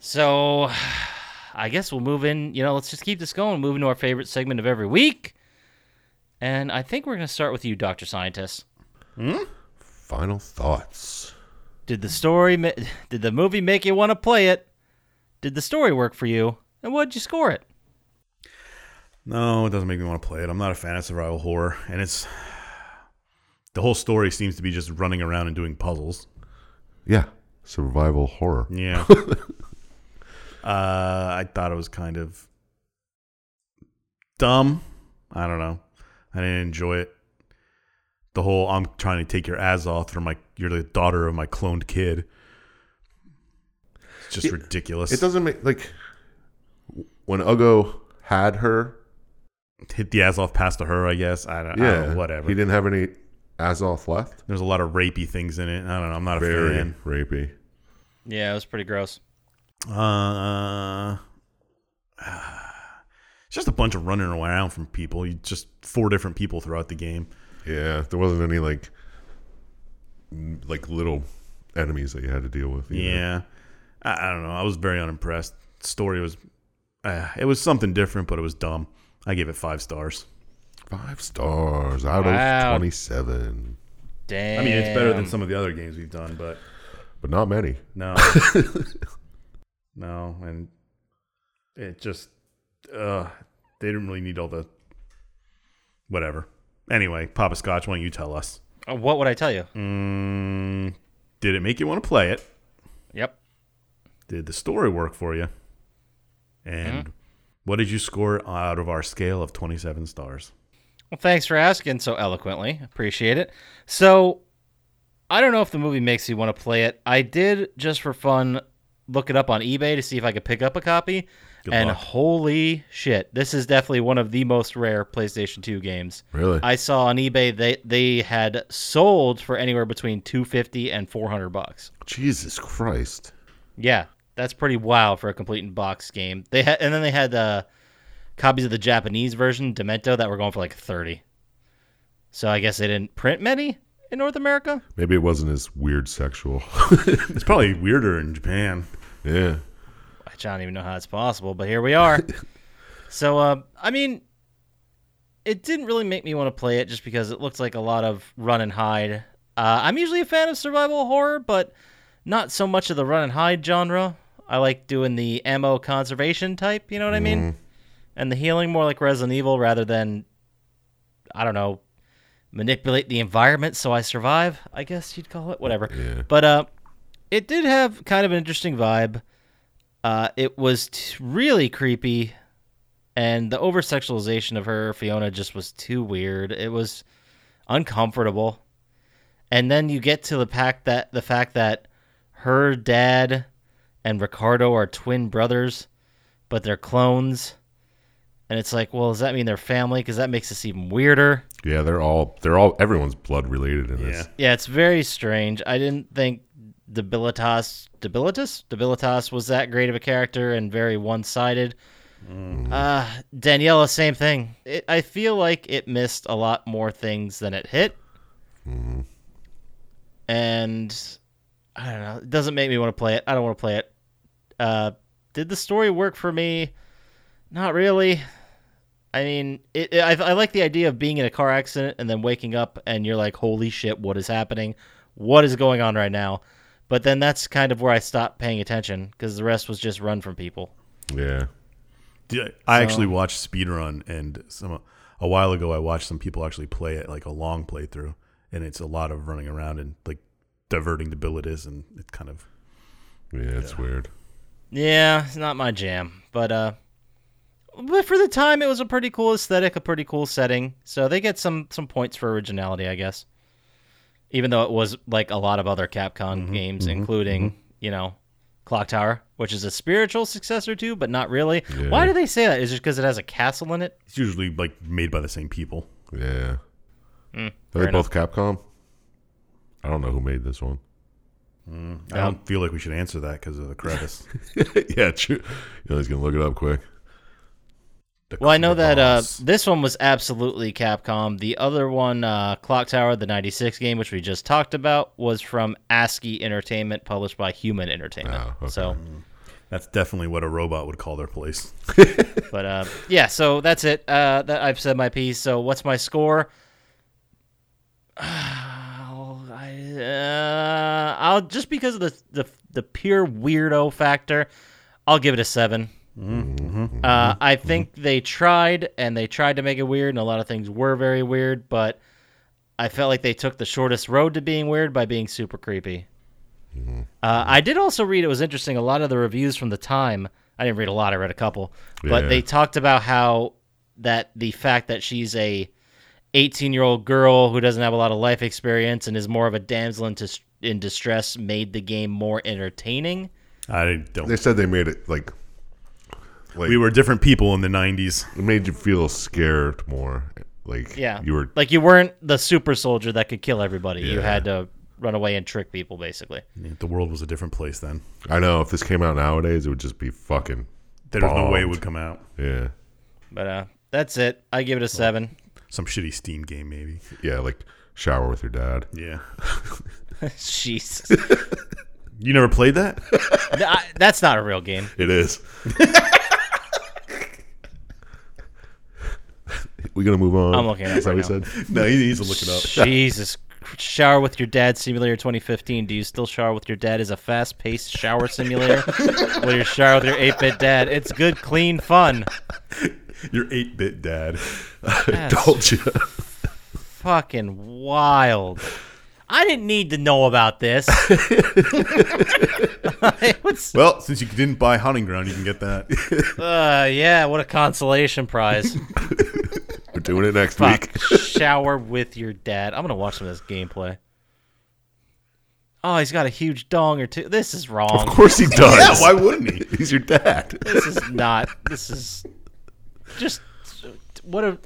Speaker 5: So <sighs> I guess we'll move in. You know, let's just keep this going. Move into our favorite segment of every week. And I think we're going to start with you, Dr. Scientist.
Speaker 2: Final thoughts.
Speaker 5: Did the story, ma- did the movie make you want to play it? Did the story work for you? And what'd you score it?
Speaker 1: No, it doesn't make me want to play it. I'm not a fan of survival horror, and it's the whole story seems to be just running around and doing puzzles.
Speaker 2: Yeah. Survival horror. <laughs>
Speaker 1: Yeah. uh, I thought it was kind of dumb. I don't know. I didn't enjoy it. The whole I'm trying to take your ass off for my you're the daughter of my cloned kid. It's just ridiculous.
Speaker 2: It doesn't make like when Ugo had her.
Speaker 1: hit the ass off pass to her, I guess. I don't, I
Speaker 2: Yeah,
Speaker 1: don't know, whatever.
Speaker 2: He didn't have any Azoth left.
Speaker 1: There's a lot of rapey things in it. I don't know. I'm not a fan.
Speaker 2: rapey.
Speaker 5: Yeah, it was pretty gross.
Speaker 1: Uh, <sighs> it's just a bunch of running around from people. You just four different people throughout the game.
Speaker 2: Yeah, there wasn't any like n- like little enemies that you had to deal with. either.
Speaker 1: Yeah, I, I don't know. I was very unimpressed. Story was, uh, it was something different, but it was dumb. I gave it five stars.
Speaker 2: Five stars out
Speaker 5: Wow.
Speaker 2: of twenty-seven,
Speaker 5: Damn.
Speaker 1: I mean, it's better than some of the other games we've done, but
Speaker 2: but not many.
Speaker 1: no, no, and it just, uh, they didn't really need all the, whatever. Anyway, Papa Scotch, why don't you tell us?
Speaker 5: Uh, What would I tell you?
Speaker 1: Mm, Did it make you want to play it?
Speaker 5: Yep.
Speaker 1: Did the story work for you? And what did you score out of our scale of 27 stars?
Speaker 5: Well, thanks for asking so eloquently. Appreciate it. So, I don't know if the movie makes you want to play it. I did just for fun look it up on eBay to see if I could pick up a copy.
Speaker 1: Good
Speaker 5: and
Speaker 1: luck.
Speaker 5: holy shit, this is definitely one of the most rare PlayStation 2 games.
Speaker 2: Really?
Speaker 5: I saw on eBay they they had sold for anywhere between 250 and 400 bucks.
Speaker 2: Jesus Christ.
Speaker 5: Yeah, that's pretty wild for a complete in box game. They had, and then they had uh, copies of the Japanese version, Demento, that were going for like thirty. So I guess they didn't print many in North America.
Speaker 2: Maybe it wasn't as weird sexual. <laughs>
Speaker 1: It's probably weirder in Japan.
Speaker 2: yeah.
Speaker 5: Which I don't even know how it's possible, but here we are. so uh, I mean, it didn't really make me want to play it just because it looks like a lot of run and hide. Uh, I'm usually a fan of survival horror, but not so much of the run and hide genre. I like doing the ammo conservation type, you know what I mean? And the healing more like Resident Evil rather than, I don't know, manipulate the environment so I survive, I guess you'd call it, whatever. But uh, it did have kind of an interesting vibe. Uh, it was t- really creepy and the over sexualization of her Fiona just was too weird. It was uncomfortable. And then you get to the fact that the fact that her dad and Ricardo are twin brothers, but they're clones. And it's like, well, does that mean they're family? Because that makes us even weirder.
Speaker 2: Yeah, they're all they're all everyone's blood related in this.
Speaker 5: Yeah, it's very strange. I didn't think Debilitas, Debilitas, Debilitas was that great of a character and very one-sided. Uh, Daniela, same thing. It, I feel like it missed a lot more things than it hit, and I don't know. It doesn't make me want to play it. I don't want to play it. Uh, did the story work for me? Not really. I mean, it, it- I, I like the idea of being in a car accident and then waking up and you're like, holy shit, what is happening? What is going on right now? But then that's kind of where I stopped paying attention because the rest was just run from people.
Speaker 2: Yeah.
Speaker 1: Did I, I actually watched speedrun, and some a while ago I watched some people actually play it like a long playthrough, and it's a lot of running around and like diverting to bilitis, and it's kind of
Speaker 2: Yeah, it's weird.
Speaker 5: Yeah, it's not my jam. But uh but for the time it was a pretty cool aesthetic, a pretty cool setting. So they get some some points for originality, I guess. Even though it was like a lot of other Capcom games including, you know, Clock Tower, which is a spiritual successor to, but not really. Why do they say that? Is it because it has a castle in it?
Speaker 1: it's usually like made by the same people.
Speaker 2: Yeah.
Speaker 5: Hmm, fair
Speaker 2: Are they both Capcom? I don't know who made this one. <laughs>
Speaker 1: I don't feel like we should answer that because of the crevice.
Speaker 2: yeah, true. You know, he's gonna look it up quick.
Speaker 1: The
Speaker 5: Well, I know that uh,
Speaker 1: crevice.
Speaker 5: this one was absolutely Capcom. The other one, uh, Clock Tower, the 96 game, which we just talked about, was from ASCII Entertainment, published by Human Entertainment.
Speaker 2: Oh, okay.
Speaker 5: So,
Speaker 1: that's definitely what a robot would call their place.
Speaker 5: but uh, yeah, so that's it. Uh, that I've said my piece. So, what's my score? <sighs> Oh, I, uh, I'll just because of the, the the pure weirdo factor, I'll give it a 7 Uh, I think they tried and they tried to make it weird, and a lot of things were very weird, but I felt like they took the shortest road to being weird by being super creepy. Uh, I did also read it was interesting. A lot of the reviews from the time, I didn't read a lot. I read a couple, but
Speaker 2: Yeah.
Speaker 5: they talked about how that the fact that she's a 18 year old girl who doesn't have a lot of life experience and is more of a damsel in, dis- in distress made the game more entertaining.
Speaker 1: I don't.
Speaker 2: They said they made it like like
Speaker 1: we were different people in the '90s.
Speaker 2: it made you feel scared more. Like
Speaker 5: Yeah.
Speaker 2: you were
Speaker 5: like you weren't the super soldier that could kill everybody. You had to run away and trick people basically.
Speaker 1: The world was a different place then.
Speaker 2: I know if this came out nowadays it would just be fucking
Speaker 1: There's no way it
Speaker 2: Bombed.
Speaker 1: would come out.
Speaker 2: yeah.
Speaker 5: But uh that's it. I give it a 7.
Speaker 1: Some shitty Steam game, maybe.
Speaker 2: Yeah, like shower with your dad.
Speaker 1: Yeah.
Speaker 5: <laughs> Jesus.
Speaker 1: You never played <laughs> that?
Speaker 5: Th- I- that's not a real game.
Speaker 2: It is.
Speaker 5: <laughs>
Speaker 2: <laughs> We're gonna move on.
Speaker 5: I'm looking it up
Speaker 2: Is that
Speaker 5: right
Speaker 2: what he
Speaker 5: now.
Speaker 2: said?
Speaker 1: no, he needs to look it up.
Speaker 5: Jesus. Shower with your dad simulator 2015. Do you still shower with your dad? Is a fast-paced shower simulator where you shower with your 8-bit dad. It's good, clean fun.
Speaker 1: Your 8-bit dad.
Speaker 2: I told you. <laughs>
Speaker 5: fucking wild. I didn't need to know about this. <laughs> Like, what's-
Speaker 1: Well, since you didn't buy hunting ground, you can get that.
Speaker 5: uh, yeah, what a consolation prize.
Speaker 2: We're doing it next
Speaker 5: Fuck.
Speaker 2: week.
Speaker 5: <laughs> Shower with your dad. I'm gonna watch some of this gameplay. Oh, he's got a huge dong or two. This is
Speaker 2: Of <laughs>
Speaker 5: wrong.
Speaker 2: course he does.
Speaker 1: yeah, why wouldn't he?
Speaker 2: <laughs> He's your dad.
Speaker 5: This is not. This is just what a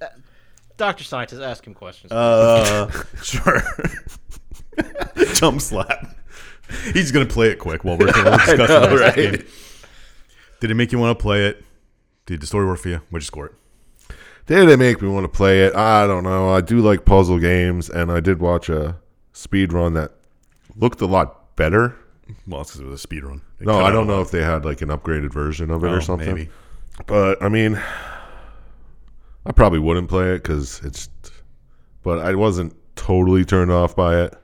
Speaker 5: doctor scientist. Ask him questions.
Speaker 1: Uh, <laughs> sure. <laughs> Jump slap. He's gonna play it quick <laughs> while we're we're discussing
Speaker 2: know,
Speaker 1: this
Speaker 2: right?
Speaker 1: game. Did it make you want to play it? Did the story work for you? What'd you score it?
Speaker 2: Did it make me want to play it? I don't know. I do like puzzle games, and I did watch a speed run that looked a lot better.
Speaker 1: Well, it's 'cause it was a speed run. They
Speaker 2: No,
Speaker 1: cut
Speaker 2: I
Speaker 1: out
Speaker 2: don't
Speaker 1: a lot.
Speaker 2: know if they had like an upgraded version of it
Speaker 1: Oh,
Speaker 2: or something.
Speaker 1: Maybe.
Speaker 2: But I mean, I probably wouldn't play it because it's. But I wasn't totally turned off by it.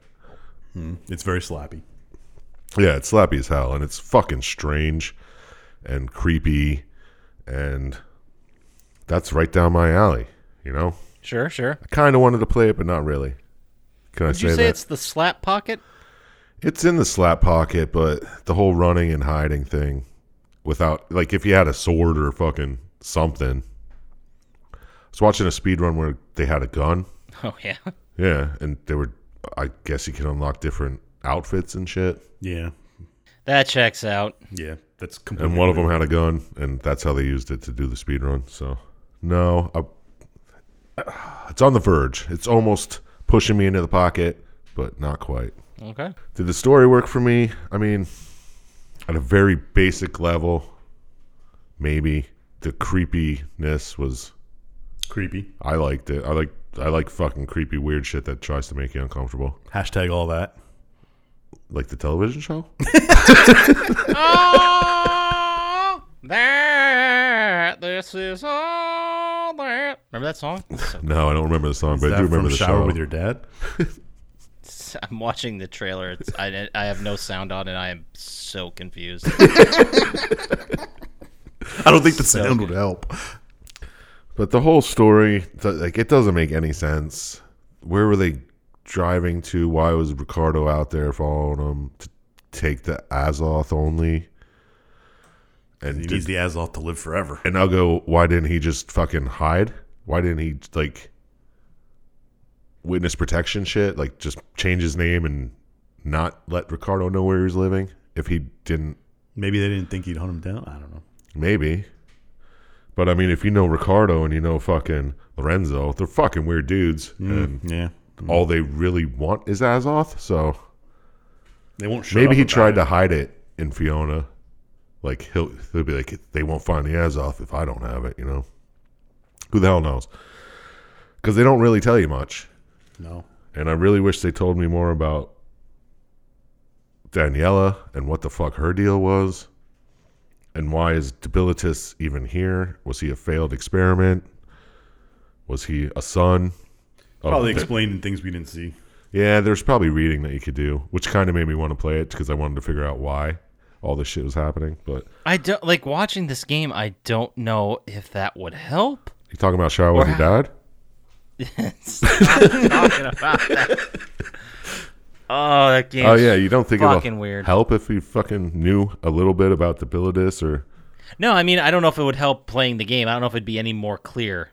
Speaker 1: It's very slappy.
Speaker 2: Yeah, it's slappy as hell, and it's fucking strange, and creepy, and that's right down my alley. You know,
Speaker 5: sure, sure.
Speaker 2: I kind of wanted to play it, but not really. Can I
Speaker 5: Did
Speaker 2: say,
Speaker 5: you say
Speaker 2: that?
Speaker 5: it's the slap pocket?
Speaker 2: It's in the slap pocket, but the whole running and hiding thing without like if you had a sword or fucking something. I was watching a speed run where they had a gun.
Speaker 5: Oh yeah.
Speaker 2: Yeah, and they were I guess you can unlock different outfits and shit.
Speaker 1: Yeah.
Speaker 5: That checks out.
Speaker 1: Yeah. That's completely.
Speaker 2: And one of them had a gun, and that's how they used it to do the speed run. So, no, I, <sighs> it's on the verge. It's almost pushing me into the pocket, but not quite.
Speaker 5: Okay.
Speaker 2: Did the story work for me? I mean, at a very basic level, maybe the creepiness was.
Speaker 1: creepy.
Speaker 2: I liked it. I like I like fucking creepy weird shit that tries to make you uncomfortable,
Speaker 1: Hashtag all that.
Speaker 2: like the television show. <laughs>
Speaker 5: Oh, that this is all that. Remember that song?
Speaker 2: no, I don't remember the song, but I
Speaker 1: That
Speaker 2: do remember
Speaker 1: from
Speaker 2: the
Speaker 1: shower
Speaker 2: show.
Speaker 1: with your dad.
Speaker 5: <laughs> I'm watching the trailer. It's, I, I have no sound on, and I am so <laughs> confused.
Speaker 1: I don't think the sound would help.
Speaker 2: But the whole story, th- like, it doesn't make any sense. Where were they driving to? Why was Ricardo out there following them to take the Azoth only?
Speaker 1: He
Speaker 2: And
Speaker 1: needs the Azoth to live forever.
Speaker 2: and I'll go, why didn't he just fucking hide? Why didn't he like witness protection shit? Like just change his name and not let Ricardo know where he was living? If he didn't
Speaker 1: Maybe they didn't think he'd hunt him down. I don't know.
Speaker 2: maybe. But I mean if you know Ricardo and you know fucking Lorenzo, they're fucking weird dudes. And
Speaker 1: Yeah.
Speaker 2: all they really want is Azoth, so
Speaker 1: They won't shut
Speaker 2: maybe
Speaker 1: up
Speaker 2: he
Speaker 1: about
Speaker 2: tried
Speaker 1: it.
Speaker 2: to hide it in Fiona. Like he'll he'll be like they won't find the Azoth if I don't have it, you know. Who the hell knows? Because they don't really tell you much,
Speaker 1: No.
Speaker 2: and I really wish they told me more about Daniela and what the fuck her deal was, and why is Debilitus even here? Was he a failed experiment? Was he a son? of
Speaker 1: Probably
Speaker 2: the-
Speaker 1: explained in things we didn't see.
Speaker 2: yeah, there's probably reading that you could do, which kind of made me want to play it because I wanted to figure out why all this shit was happening. But
Speaker 5: I don't like watching this game. I don't know if that would help. <laughs>
Speaker 2: you talking about shower with your dad?
Speaker 5: Stop talking about <laughs> that. Oh, that game.
Speaker 2: Oh yeah, you don't think
Speaker 5: fucking
Speaker 2: it'll
Speaker 5: weird.
Speaker 2: help if you fucking knew a little bit about the Bilidus or
Speaker 5: No, I mean, I don't know if it would help playing the game. I don't know if it'd be any more clear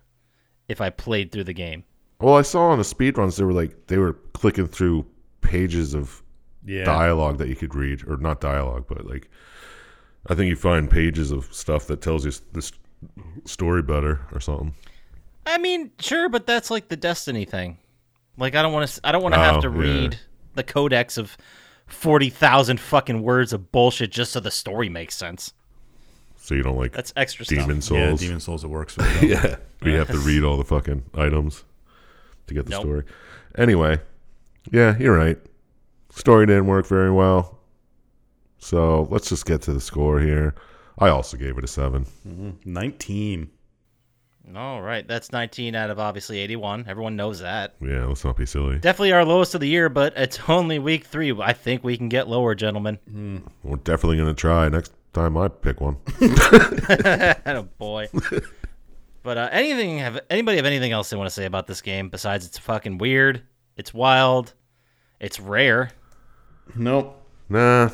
Speaker 5: if I played through the game.
Speaker 2: well, I saw on the speedruns they were like they were clicking through pages of
Speaker 1: Yeah.
Speaker 2: dialogue that you could read or not dialogue, but like I think you find pages of stuff that tells you s- this story better or something.
Speaker 5: I mean, sure, but that's like the Destiny thing. Like, I don't want to. I don't want to
Speaker 2: Oh,
Speaker 5: have to
Speaker 2: yeah.
Speaker 5: read the codex of forty thousand fucking words of bullshit just so the story makes sense.
Speaker 2: So you don't like
Speaker 5: That's extra stuff.
Speaker 2: demon
Speaker 1: Yeah,
Speaker 2: souls.
Speaker 1: Demon Souls, it works. So <laughs> we don't-
Speaker 2: Yeah. We have to read all the fucking items to get the
Speaker 5: Nope.
Speaker 2: story. Anyway, yeah, you're right. Story didn't work very well. So let's just get to the score here. I also gave it a seven.
Speaker 1: 19.
Speaker 5: All right, that's nineteen out of obviously eighty-one. Everyone knows that.
Speaker 2: Yeah, let's not be silly.
Speaker 5: Definitely our lowest of the year, but it's <laughs> only week three. I think we can get lower, gentlemen. <laughs>
Speaker 2: We're definitely going to try next time I pick one. <laughs>
Speaker 5: Oh boy. but uh, anything have anybody have anything else they want to say about this game besides it's fucking weird, it's wild, It's rare.
Speaker 1: Nope.
Speaker 2: Nah,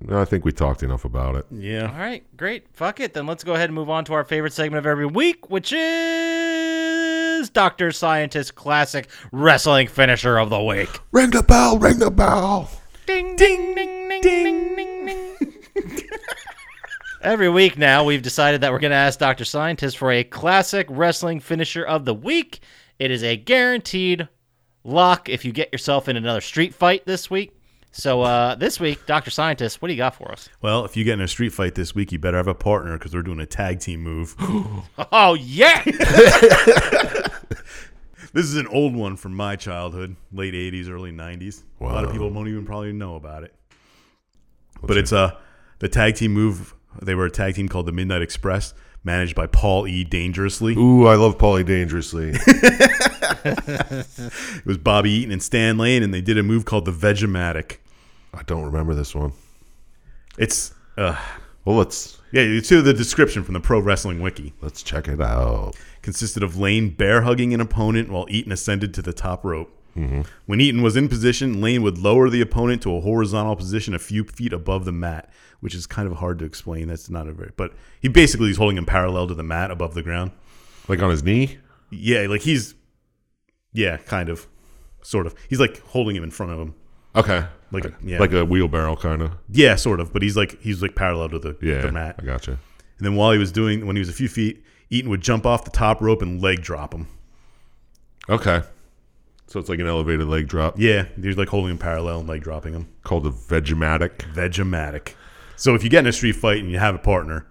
Speaker 2: no, I think we talked enough about it.
Speaker 1: Yeah.
Speaker 5: All right, great. Fuck it. Then let's go ahead and move on to our favorite segment of every week, which is Dr. Scientist Classic Wrestling Finisher of the Week.
Speaker 2: Ring the bell, ring the bell.
Speaker 5: Ding, ding, ding, ding, ding, ding, ding. <laughs> Every week now, we've decided that we're going to ask Dr. Scientist for a classic wrestling finisher of the week. It is a guaranteed lock if you get yourself in another street fight this week. So uh, this week, Dr. Scientist, what do you got for us?
Speaker 1: Well, if you get in a street fight this week, you better have a partner because we're doing a tag team move.
Speaker 5: Oh, yeah!
Speaker 1: this is an old one from my childhood, late 80s, early 90s. A lot of people won't even probably know about it. but it's uh, the tag team move. They were a tag team called the Midnight Express, managed by Paul E. Dangerously.
Speaker 2: Ooh, I love Paulie Dangerously. <laughs>
Speaker 1: It was Bobby Eaton and Stan Lane, and they did a move called the Vegematic.
Speaker 2: I don't remember this one.
Speaker 1: It's uh,
Speaker 2: Well, let's
Speaker 1: yeah, it's to the description from the Pro Wrestling Wiki.
Speaker 2: let's check it out.
Speaker 1: consisted of Lane bear hugging an opponent while Eaton ascended to the top rope. When Eaton was in position, Lane would lower the opponent to a horizontal position a few feet above the mat, which is kind of hard to explain. That's not a very, but he basically is holding him parallel to the mat above the ground.
Speaker 2: Like on his knee.
Speaker 1: Yeah, like he's, yeah, kind of, sort of. He's like holding him in front of him.
Speaker 2: Okay.
Speaker 1: Like,
Speaker 2: Like-
Speaker 1: Uh, yeah,
Speaker 2: like a wheelbarrow kind of.
Speaker 1: yeah, sort of. But he's like he's like parallel to the,
Speaker 2: Yeah,
Speaker 1: the mat.
Speaker 2: I gotcha.
Speaker 1: And then while he was doing, when he was a few feet, Eaton would jump off the top rope and leg drop him.
Speaker 2: Okay. So it's like an elevated leg drop
Speaker 1: Yeah, he's like holding him parallel and leg dropping him.
Speaker 2: called a Vegematic,
Speaker 1: Vegematic. So if you get in a street fight and you have a partner,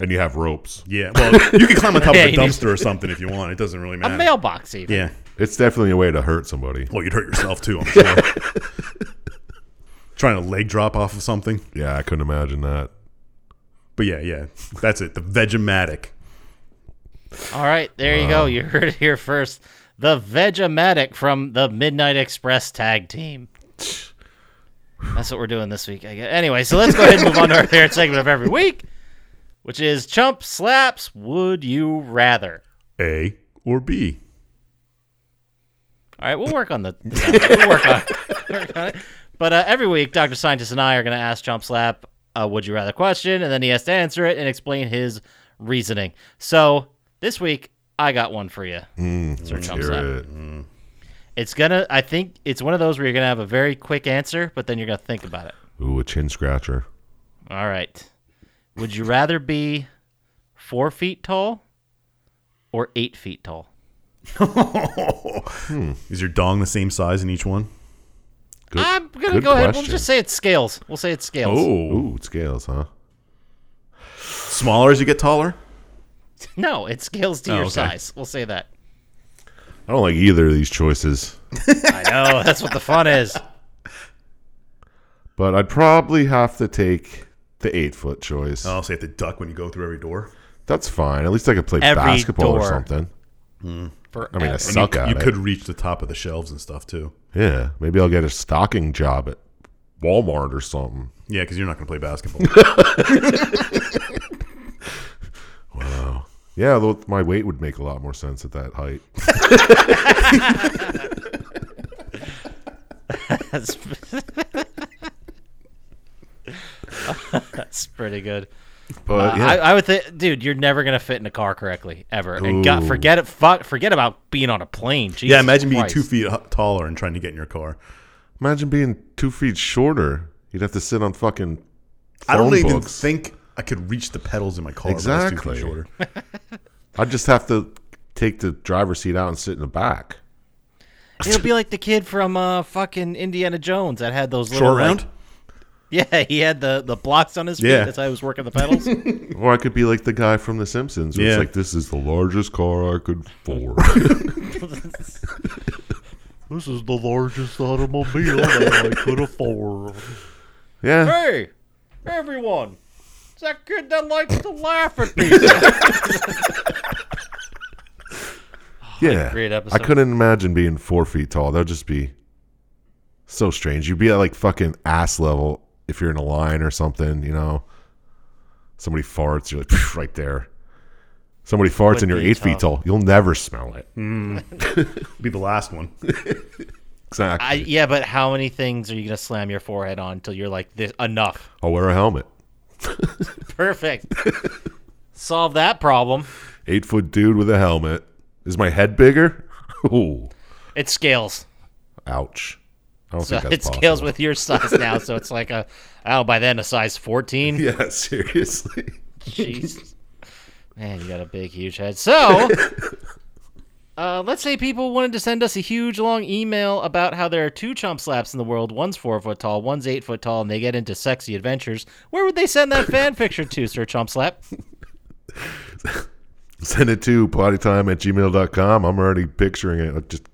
Speaker 2: and you have ropes.
Speaker 1: yeah, well, you can climb on top
Speaker 5: Yeah,
Speaker 1: of a
Speaker 5: you just-
Speaker 1: dumpster or something if you want. It doesn't really
Speaker 5: A
Speaker 1: matter.
Speaker 5: mailbox, even.
Speaker 1: Yeah.
Speaker 2: It's definitely a way to hurt somebody.
Speaker 1: Well, you'd hurt yourself too. I'm sure. Trying to leg drop off of something,
Speaker 2: Yeah, I couldn't imagine that.
Speaker 1: but yeah, yeah, that's it. The Vegematic.
Speaker 5: All right, there you go. You heard it here first. The Vegematic from the Midnight Express tag team. That's what we're doing this week. I guess. Anyway, so let's go ahead and move on to our favorite segment of every week, which is Chump Slaps Would You Rather.
Speaker 1: A or B?
Speaker 5: All right, we'll work on the. We'll work on, work on it. <laughs> But uh, every week, Dr. Scientist and I are going to ask Chump Slap a Would You Rather question, and then he has to answer it and explain his reasoning. So this week, I got one for you. Sir
Speaker 2: Mm,
Speaker 5: Chump
Speaker 2: Hear
Speaker 5: Slap.
Speaker 2: it.
Speaker 5: It's gonna. I think it's one of those where you're gonna have a very quick answer, but then you're gonna think about it.
Speaker 2: Ooh, a chin scratcher.
Speaker 5: All right. Would you rather be four feet tall or eight feet tall?
Speaker 1: Hmm. Is your dong the same size in each one?
Speaker 2: Good-
Speaker 5: I'm gonna
Speaker 2: good
Speaker 5: go ahead. We'll
Speaker 2: question.
Speaker 5: just say it's scales. We'll say it's scales.
Speaker 1: Oh,
Speaker 2: Ooh, it scales, huh?
Speaker 1: smaller as you get taller.
Speaker 5: <laughs> No, it's scales to
Speaker 1: Oh,
Speaker 5: your
Speaker 1: okay.
Speaker 5: size. We'll say that.
Speaker 2: I don't like either of these choices,
Speaker 5: I know. That's what the fun is.
Speaker 2: but I'd probably have to take the eight foot choice.
Speaker 1: I'll say at the duck when you go through every door.
Speaker 2: That's fine. At least I could play
Speaker 5: Every
Speaker 2: basketball or
Speaker 5: door.
Speaker 2: something.
Speaker 5: For
Speaker 2: <laughs> I mean, I
Speaker 1: And
Speaker 2: suck
Speaker 1: you,
Speaker 2: at
Speaker 1: you
Speaker 2: it.
Speaker 1: could reach the top of the shelves and stuff too.
Speaker 2: Yeah, maybe I'll get a stocking job at Walmart or something.
Speaker 1: Yeah, because you're not going to play basketball.
Speaker 2: Yeah, though my weight would make a lot more sense at that
Speaker 1: <laughs>
Speaker 2: height.
Speaker 5: That's, <laughs> That's pretty good.
Speaker 2: But yeah,
Speaker 5: I, I would think, dude, you're never gonna fit in a car correctly ever, and got,
Speaker 2: Ooh.
Speaker 5: forget it. Fuck, forget about being on a plane. Jesus
Speaker 1: yeah, imagine being
Speaker 5: Christ.
Speaker 1: two feet hu- taller and trying to get in your car.
Speaker 2: imagine being two feet shorter. You'd have to sit on fucking. Phone
Speaker 1: I don't even
Speaker 2: books.
Speaker 1: think I could reach the pedals in my car. if I was two feet
Speaker 2: Exactly.
Speaker 1: shorter.
Speaker 2: I'd just have to take the driver's seat out and sit in the back.
Speaker 5: It'll be like the kid from uh, fucking Indiana Jones that had those little
Speaker 1: Short
Speaker 5: like-
Speaker 1: round?
Speaker 5: <laughs> yeah, he had the the blocks on his feet.
Speaker 1: Yeah.
Speaker 5: That's how he was working the <laughs> pedals.
Speaker 2: Or I could be like the guy from The Simpsons. Where
Speaker 1: Yeah.
Speaker 2: It's like this is the largest car I
Speaker 1: <laughs>
Speaker 2: could afford.
Speaker 6: This is the largest automobile that I could afford.
Speaker 2: yeah,
Speaker 5: hey, everyone! It's that kid that likes to laugh at people.
Speaker 2: yeah.
Speaker 5: great
Speaker 2: I
Speaker 5: episode.
Speaker 2: couldn't imagine being four feet tall. That'd just be so strange. You'd be at like fucking ass level if you're in a line or something. You know, somebody farts, you're like "Phew," right there. Somebody farts
Speaker 5: Would
Speaker 2: and you're
Speaker 5: be Mm.
Speaker 2: eight feet <laughs>
Speaker 5: tough.
Speaker 2: tall. You'll never smell it.
Speaker 1: Be the last one.
Speaker 2: Exactly.
Speaker 5: <laughs> I, yeah, but how many things are you gonna slam your forehead on until you're like, this enough?
Speaker 2: I'll wear a helmet.
Speaker 1: <laughs>
Speaker 5: Perfect. Solve that problem.
Speaker 2: Eight foot dude with a helmet. Is my head bigger? <laughs> Ooh,
Speaker 5: It scales.
Speaker 2: ouch. I don't
Speaker 5: So
Speaker 2: think that's
Speaker 5: it scales
Speaker 2: possible.
Speaker 5: with your size now, so it's like a oh by then a size fourteen.
Speaker 2: <laughs> Yeah, seriously.
Speaker 5: Jeez. Man, you got a big, huge head. So, uh, let's say people wanted to send us a huge, long email about how there are two chump slaps in the world. One's four foot tall, one's eight foot tall, and they get into sexy adventures. Where would they send that fan picture to, Sir Chump Slap?
Speaker 2: Send it to pottytime at gmail.com. I'm already picturing it. I just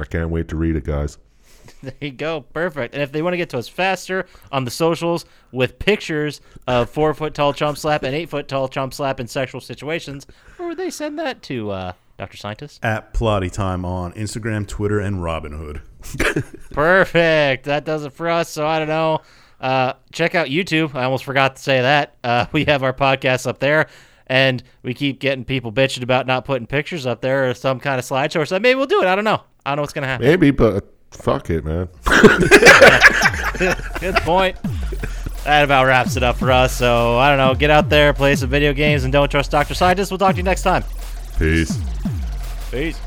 Speaker 2: I can't wait to read it, guys.
Speaker 5: <laughs> There you go. Perfect. And if they want to get to us faster on the socials with pictures of four foot tall chump slap and eight foot tall chump slap in sexual situations, where would they send that to, uh, Dr. Scientist?
Speaker 1: At Plotty Time on Instagram, Twitter, and Robinhood.
Speaker 5: Perfect. That does it for us. So I don't know. Uh, check out YouTube. I almost forgot to say that. Uh, <laughs> we have our podcast up there, and we keep getting people bitching about not putting pictures up there or some kind of slideshow or something. Maybe we'll do it. I don't know. I don't know what's gonna happen.
Speaker 2: Maybe, but fuck it, man.
Speaker 5: Good point. That about wraps it up for us. So I don't know. Get out there, play some video games, and don't trust Doctor Scientist. We'll talk to you next time.
Speaker 2: Peace.
Speaker 5: Peace.